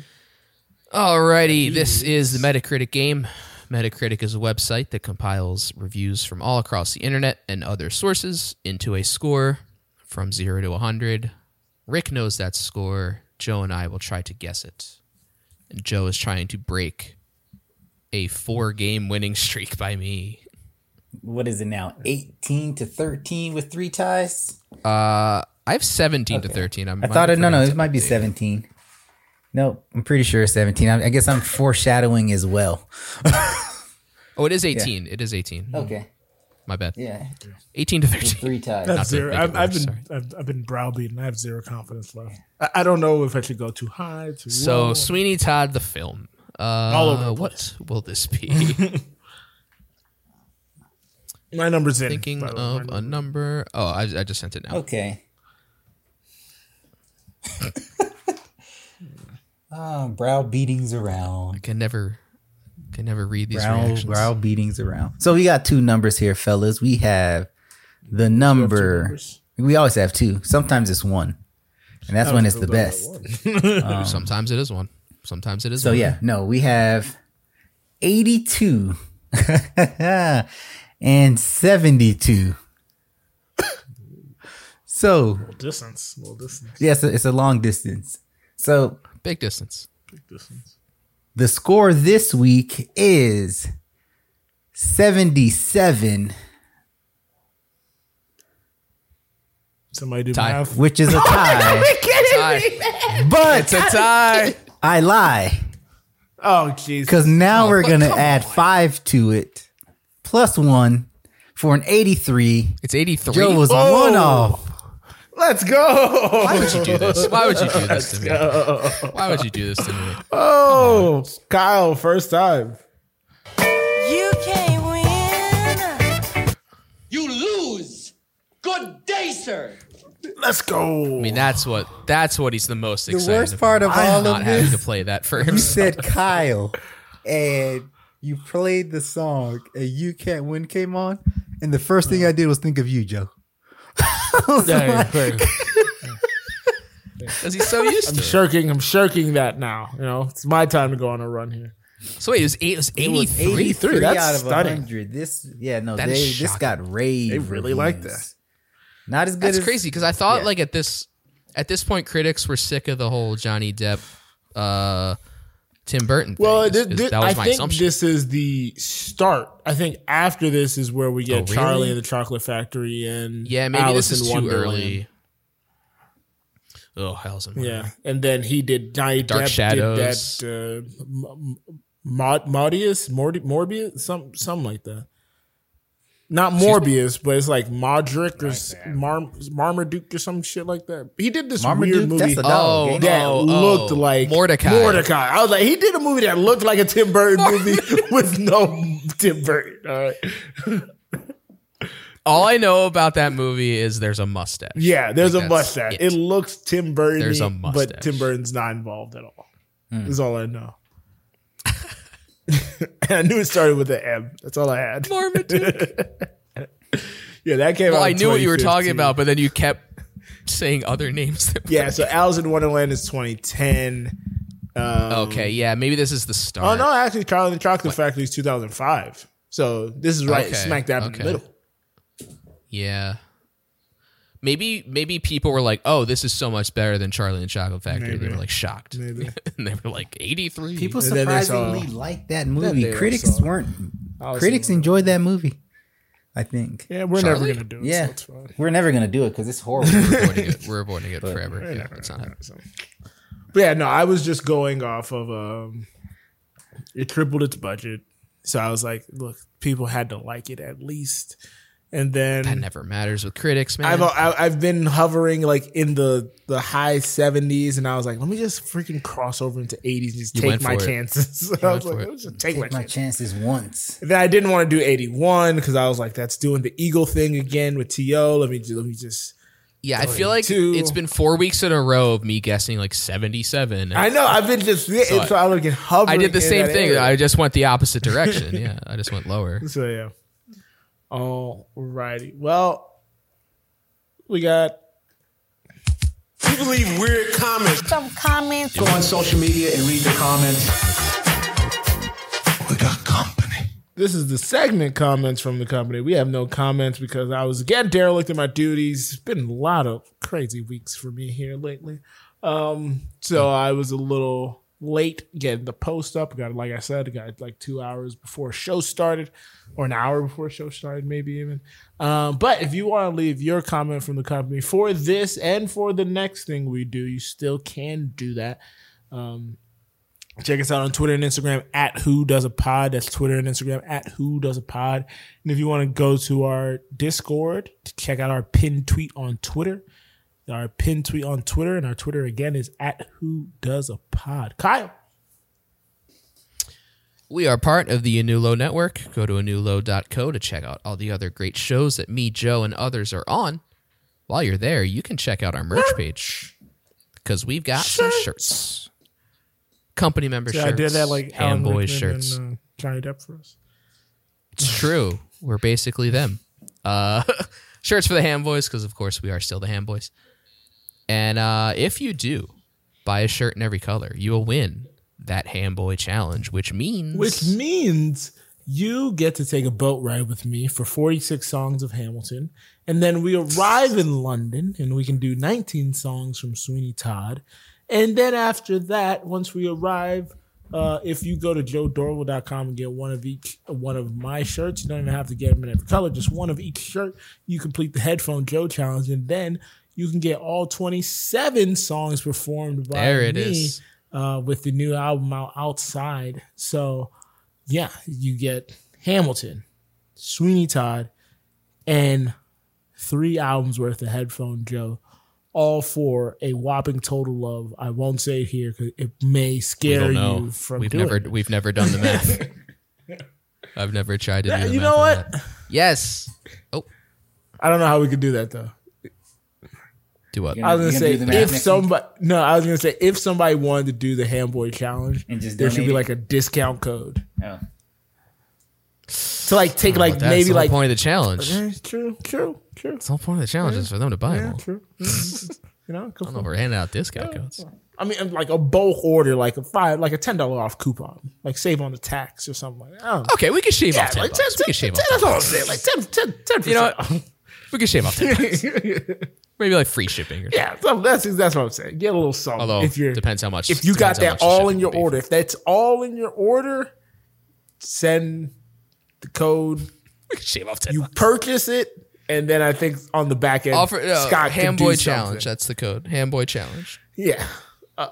Alrighty, this is the Metacritic game. Metacritic is a website that compiles reviews from all across the internet and other sources into a score from 0 to 100. Rick knows that score. Joe and I will try to guess it. And Joe is trying to break a four game winning streak by me. What is it now? 18 to 13 with three ties? Uh, I have 17 to 13. I'm, I thought it, no, no, it might be 17. No, I'm pretty sure it's 17. I, I guess I'm foreshadowing as well. Oh, it is 18. It is 18. Okay. My bad. Yeah. 18 to 13. Three ties. Not to That's zero. make it I've, I've worse, been sorry. I've, I've been browbeaten. I have zero confidence left. I, I don't know if I should go too high. Too So low. Sweeney Todd the film. Uh, All over the what will this be? my number's in. Thinking by the way. of a number. Oh, I, I just sent it now. Okay. Ah, brow beatings around. I can never, can never read these brow, reactions. brow beatings around. So we got two numbers here, fellas. We have the number. numbers? We always have two. Sometimes it's one, and that's I when was it's the gonna best. Um, Sometimes it is one. Sometimes it is. so one. yeah, no, we have eighty-two and seventy-two. so Little distance. Little distance. yes, it's a long distance. So big distance. Big distance. The score this week is 77, Somebody do Tie. math. which is a tie. but it's a tie. I lie Oh jeez. because now Oh, we're but going to come add five to it plus one for an 83. It's 83. Joe was Whoa. one off. Let's go. Why would you do this? Why would you do this to me? Why would you do this to me? Oh, Kyle, first time. You can't win. You lose. Good day, sir. Let's go. I mean, that's what that's what he's the most The excited. worst part of about. all not of having this, to play that for You himself. said Kyle and you played the song and You Can't Win came on. And the first thing I did was think of you, Joe. I was like- Because he's so used I'm to. it. shirking. I'm shirking that now. You know, it's my time to go on a run here. So wait, it was eight. It was It was 83? 83, that's stunning. 100. This, yeah, no, That they, is this shocking. got rave. They really liked that. Not as good. That's as, crazy because I thought yeah. like at this at this point critics were sick of the whole Johnny Depp, uh, Tim Burton. Thing. Well, It's- thi- it's- thi- that was I my think assumption. this is the start. I think after this is where we get Oh, really? Charlie and the Chocolate Factory and yeah, maybe Alice this is in too Wonderland. early. Oh hell's in Yeah, and then he did Johnny Dark Depp Shadows. did that uh, M- M- Mod- Modius, Mordi- Morbius, some something like that. Not Morbius, but it's like Modric or s- Mar- Marmaduke or some shit like that. He did this Marmaduke, weird movie. that's a dog, ain't it? that Oh, looked oh, like Mordecai. Mordecai. I was like, he did a movie that looked like a Tim Burton movie with no Tim Burton. All right. All I know about that movie is there's a mustache. Yeah, there's Like, a that's mustache. It it. looks Tim Burton. There's a But mustache. Hmm. Tim Burton's not involved at all. Is all I know. I knew it started with an M. That's all I had. Marmaduke. yeah, that came Well, out. I in knew what you were 2015. talking about, but then you kept saying other names. That Yeah, so Alice in Wonderland is 2010. Um, okay, yeah, maybe this is the start. Oh no, actually, Charlie and the Chocolate Factory is 2005. So this is right Okay, smack dab in okay. the middle. Yeah. Maybe maybe people were like, "Oh, this is so much better than Charlie and the Chocolate Factory." They Maybe. were like shocked, Maybe. and they were like, "83." People And then they surprisingly saw- liked that Then movie. they Critics saw- weren't. Alice in Critics Wonderland. enjoyed that movie. I think. Yeah, we're Charlie? never gonna do it. yeah, so it's fine. we're never gonna do it because it's horrible. we're avoiding it. We're avoiding it forever. Yeah, it's not happening. But yeah, no, I was just going off of um, it tripled its budget, so I was like, look, people had to like it at least, and then That never matters with critics, man. I've I- I've been hovering like in the the high seventies, and I was like, let me just freaking cross over into eighties and just You take went my for it. chances. You I was went for like, it. let me just take, my, Take my chances. chances once. And then I didn't want to do eighty one because I was like, that's doing the eagle thing again with To. Let me ju- let me just. yeah, I Going feel like to- it's been four weeks in a row of me guessing like seventy-seven. I know I've been just so, So I- I, was like hovering. I did the in same that thing. area. I just went the opposite direction. yeah, I just went lower. So yeah. All righty. Well, we got You believe weird comments. Some comments. Go on social media and read the comments. this is the segment comments from the company. We have no comments because I was again derelict in my duties. It's been a lot of crazy weeks for me here lately. Um, so I was a little late getting the post up. Got like I said, I got like two hours before show started, or an hour before show started, maybe even. Um, but if you want to leave your comment from the company for this and for the next thing we do, you still can do that. Um, Check us out on Twitter and Instagram at Who Does a Pod. That's Twitter and Instagram at Who Does a Pod. And if you want to go to our Discord, to check out our pinned tweet on Twitter. Our pinned tweet on Twitter, and our Twitter again is at Who Does a Pod. Kyle, We are part of the Anulo Network. Go to anulo.co to check out all the other great shows that me, Joe, and others are on. While you're there, you can check out our merch page because we've got some shirts. Company member Yeah, shirts. I did that like Alan Ham Boys Rickman and, shirts. uh, Johnny Depp for us. It's true. We're basically them. Uh, shirts for the Ham Boys, because of course we are still the Ham Boys. And uh, if you do buy a shirt in every color, you will win that Ham Boy challenge, which means Which means you get to take a boat ride with me for 46 songs of Hamilton. And then we arrive in London and we can do 19 songs from Sweeney Todd. And then after that, once we arrive, uh, if you go to joedorval.com and get one of each one of my shirts, you don't even have to get them in every color, just one of each shirt, you complete the headphone Joe challenge, and then you can get all 27 songs performed by There it me is. uh, with the new album out outside. So, yeah, you get Hamilton, Sweeney Todd, and three albums worth of Headphone Joe, all for a whopping total of I won't say it here because it may we scare don't know. you from We've doing never it. we've never done the math. I've never tried to Yeah, do the you math know on what? that. Yes. Oh, I don't know how we could do that though. do what? You I was gonna you say do the math if next somebody no, I was gonna say if somebody wanted to do the Hamboy challenge, And just there should be donate like a discount code Oh. to like take like Oh, That's maybe the whole like point of the challenge. That's Eh, true, true, true. the whole point of the challenge is for them to buy Yeah, them. all. true. Mhm. you know, I don't Mm-hmm. know if we're handing out discount codes. I mean, and like a bulk order, like a five, like a ten dollar off coupon, like save on the tax or something like that. I don't know. Okay, we can shave Yeah, off ten like 10, bucks. we can shave off. 10 That's all I'm saying. Like 10, 10, 10 You know what? We can shave off ten bucks. Maybe like free shipping or something. Yeah, so that's that's what I'm saying. Get a little something. Although if you're depends how much. if you got depends how that much the all shipping in your would be. order, if that's all in your order, send the code. we can shave off ten. You bucks. purchase it, and then I think on the back end, Offer uh, Scott can do Hamboy something. challenge. That's the code. Hamboy challenge, Yeah.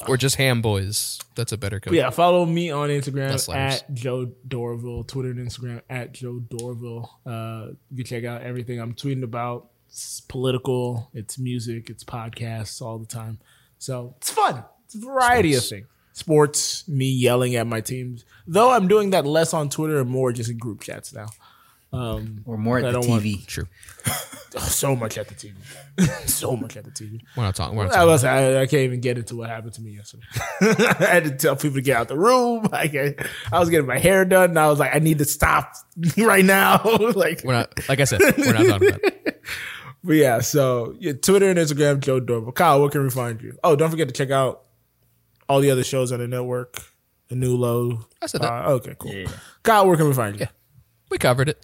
or just Hamboys. That's a better But code. yeah, follow me on Less Instagram letters. at Joe Dorville, Twitter and Instagram at Joe Dorville. Uh, you can check out everything I'm tweeting about. It's political, it's music, it's podcasts all the time. So it's fun. It's a variety of things. Sports, me yelling at my teams. Though I'm doing that less on Twitter and more just in group chats now. Um, Or more at but I the don't want- TV. True. Oh, so much at the TV. so much at the TV. We're not talking- we're not I, talking was- I, I can't even get into what happened to me yesterday. I had to tell people to get out the room. I, get- I was getting my hair done, and I was like, I need to stop right now. like we're not. Like I said, we're not talking about. It. But yeah, so yeah, Twitter and Instagram, Joe Dorbo. Kyle, where can we find you? Oh, don't forget to check out all the other shows on the network. The new low. I said that. Uh, okay, cool. Kyle, where can we find you? We covered it.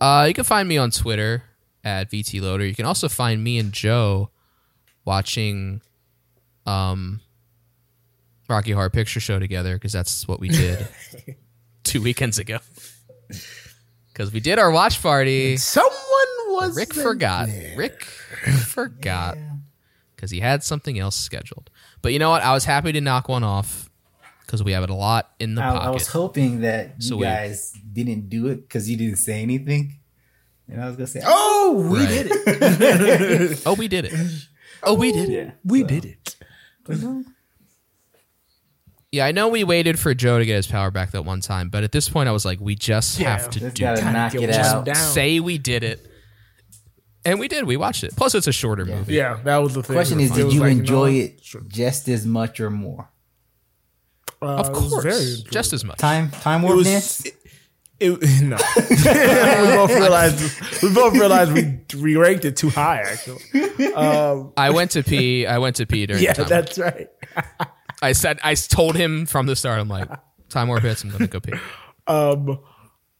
Uh, you can find me on Twitter at VTLoader. You can also find me and Joe watching um, Rocky Horror Picture Show together because that's what we did two weekends ago. Because we did our watch party. Someone was. Rick forgot. Rick forgot because he had something else scheduled. But you know what? I was happy to knock one off because we have it a lot in the I, pocket. I was hoping that you So we- guys didn't do it because you didn't say anything, and I was gonna say, "Oh, we Right. did it! oh, we did it! Oh, we did it! We did it!" Yeah, I know we waited for Joe to get his power back that one time, but at this point, I was like, "We just Yeah, have to just do gotta it. knock it Just out. Say we did it." And we did. We watched it. Plus, it's a shorter movie. Yeah, that was the thing. Question is, It did was you like, enjoy know, it just as much or more? uh, Of it was course, very enjoyable. just as much. Time, time It warp was- dance. It, no. we both realized we both realized we, we ranked it too high. Actually, um, I went to pee. I went to pee during. yeah, the time. that's right. I said. I told him from the start. I'm like, time warp hits. I'm gonna go pee. Um,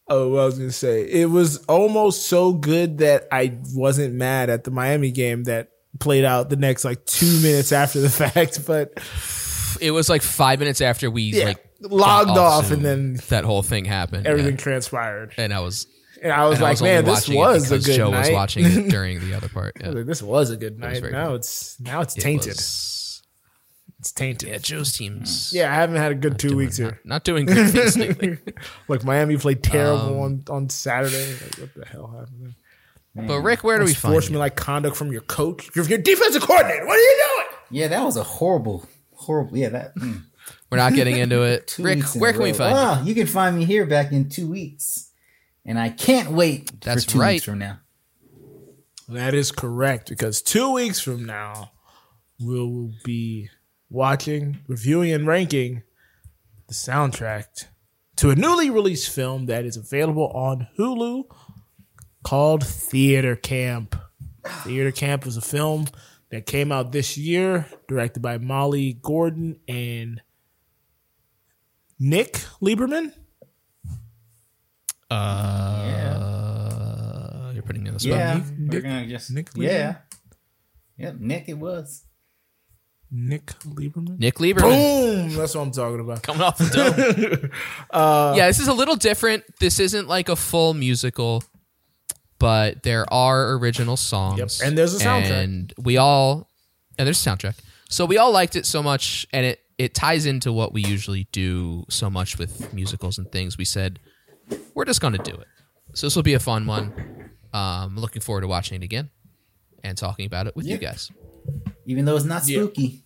oh, what I was gonna say it was almost so good that I wasn't mad at the Miami game that played out the next like two minutes after the fact, but It was like five minutes after we Yeah, like logged got off and Zoom, then that whole thing happened. everything yeah. transpired. And I was. And I was and like, only man, this watching it was a because good Joe was night. watching it during the other part. I was Yeah. like, this was a good night. very now good. it's now it's It tainted. was- Mm. it's tainted. Yeah, Joe's teams. Yeah, I haven't had a good two weeks here. not doing good things lately. like Miami played terrible Um, on, on Saturday. Like, what the hell happened? There? But Rick, where do we find Force me like conduct from your coach. You're your defensive coordinator. What are you doing? Yeah, that was a horrible, horrible. Yeah, that. mm. We're not getting into it. Two Rick, weeks in where a can we row. find you? Ah, you? can find me here back in two weeks, and I can't wait. That's for two right. Weeks from now, That is correct because two weeks from now, we'll be watching, reviewing, and ranking the soundtrack to a newly released film that is available on Hulu called Theater Camp. Theater Camp was a film that came out this year, directed by Molly Gordon and Nick Lieberman. Uh, You're putting me on the spot. yeah, Nick- we're gonna just Nick Lieberman? yeah, yep. Nick, it was. Nick Lieberman. Nick Lieberman Boom! That's what I'm talking about. coming off the dome. Uh, yeah, this is a little different. This isn't like a full musical, but there are original songs. Yep, and there's a soundtrack. And we all and there's a soundtrack. So we all liked it so much, and it it ties into what we usually do so much with musicals and things. We said we're just gonna do it. So this will be a fun one. Um, looking forward to watching it again and talking about it with you guys. Even though it's not Yeah. spooky,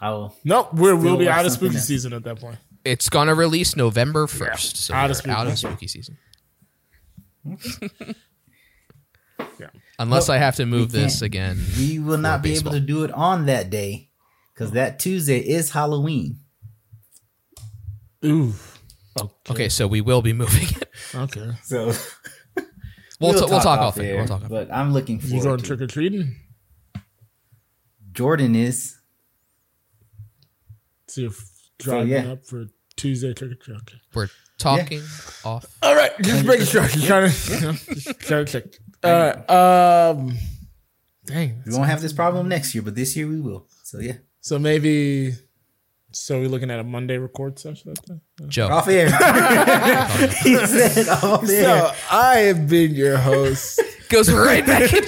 I will. Nope, we're, we'll Still be watch out of something spooky else. season at that point. It's gonna release November first, so out out of of, spooky. out of spooky season. Yeah. Unless Nope, I have to we move this can't. again. We will not be baseball. able to do it on that day because that Tuesday is Halloween. Ooh. Oh, Okay, so we will be moving it. Okay. So We'll, t- we'll talk off it. air, We'll talk off. But I'm looking forward. You going to it. trick or treating? Jordan is. See if driving yeah. up for Tuesday trick or treat. Okay. We're talking off. All right, just making sure. Just trying to, just trying to check. All right. Um, dang. We won't have this problem next year, but this year we will. So yeah, So maybe. So we're looking at a Monday record session. I think? Joe, off air. he said off air. So I have been your host, goes right back. in.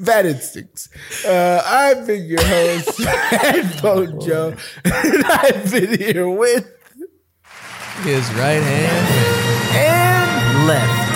Bad Instincts. Uh, I've been your host, Headphone Joe, and I've been here with His right hand. and Left.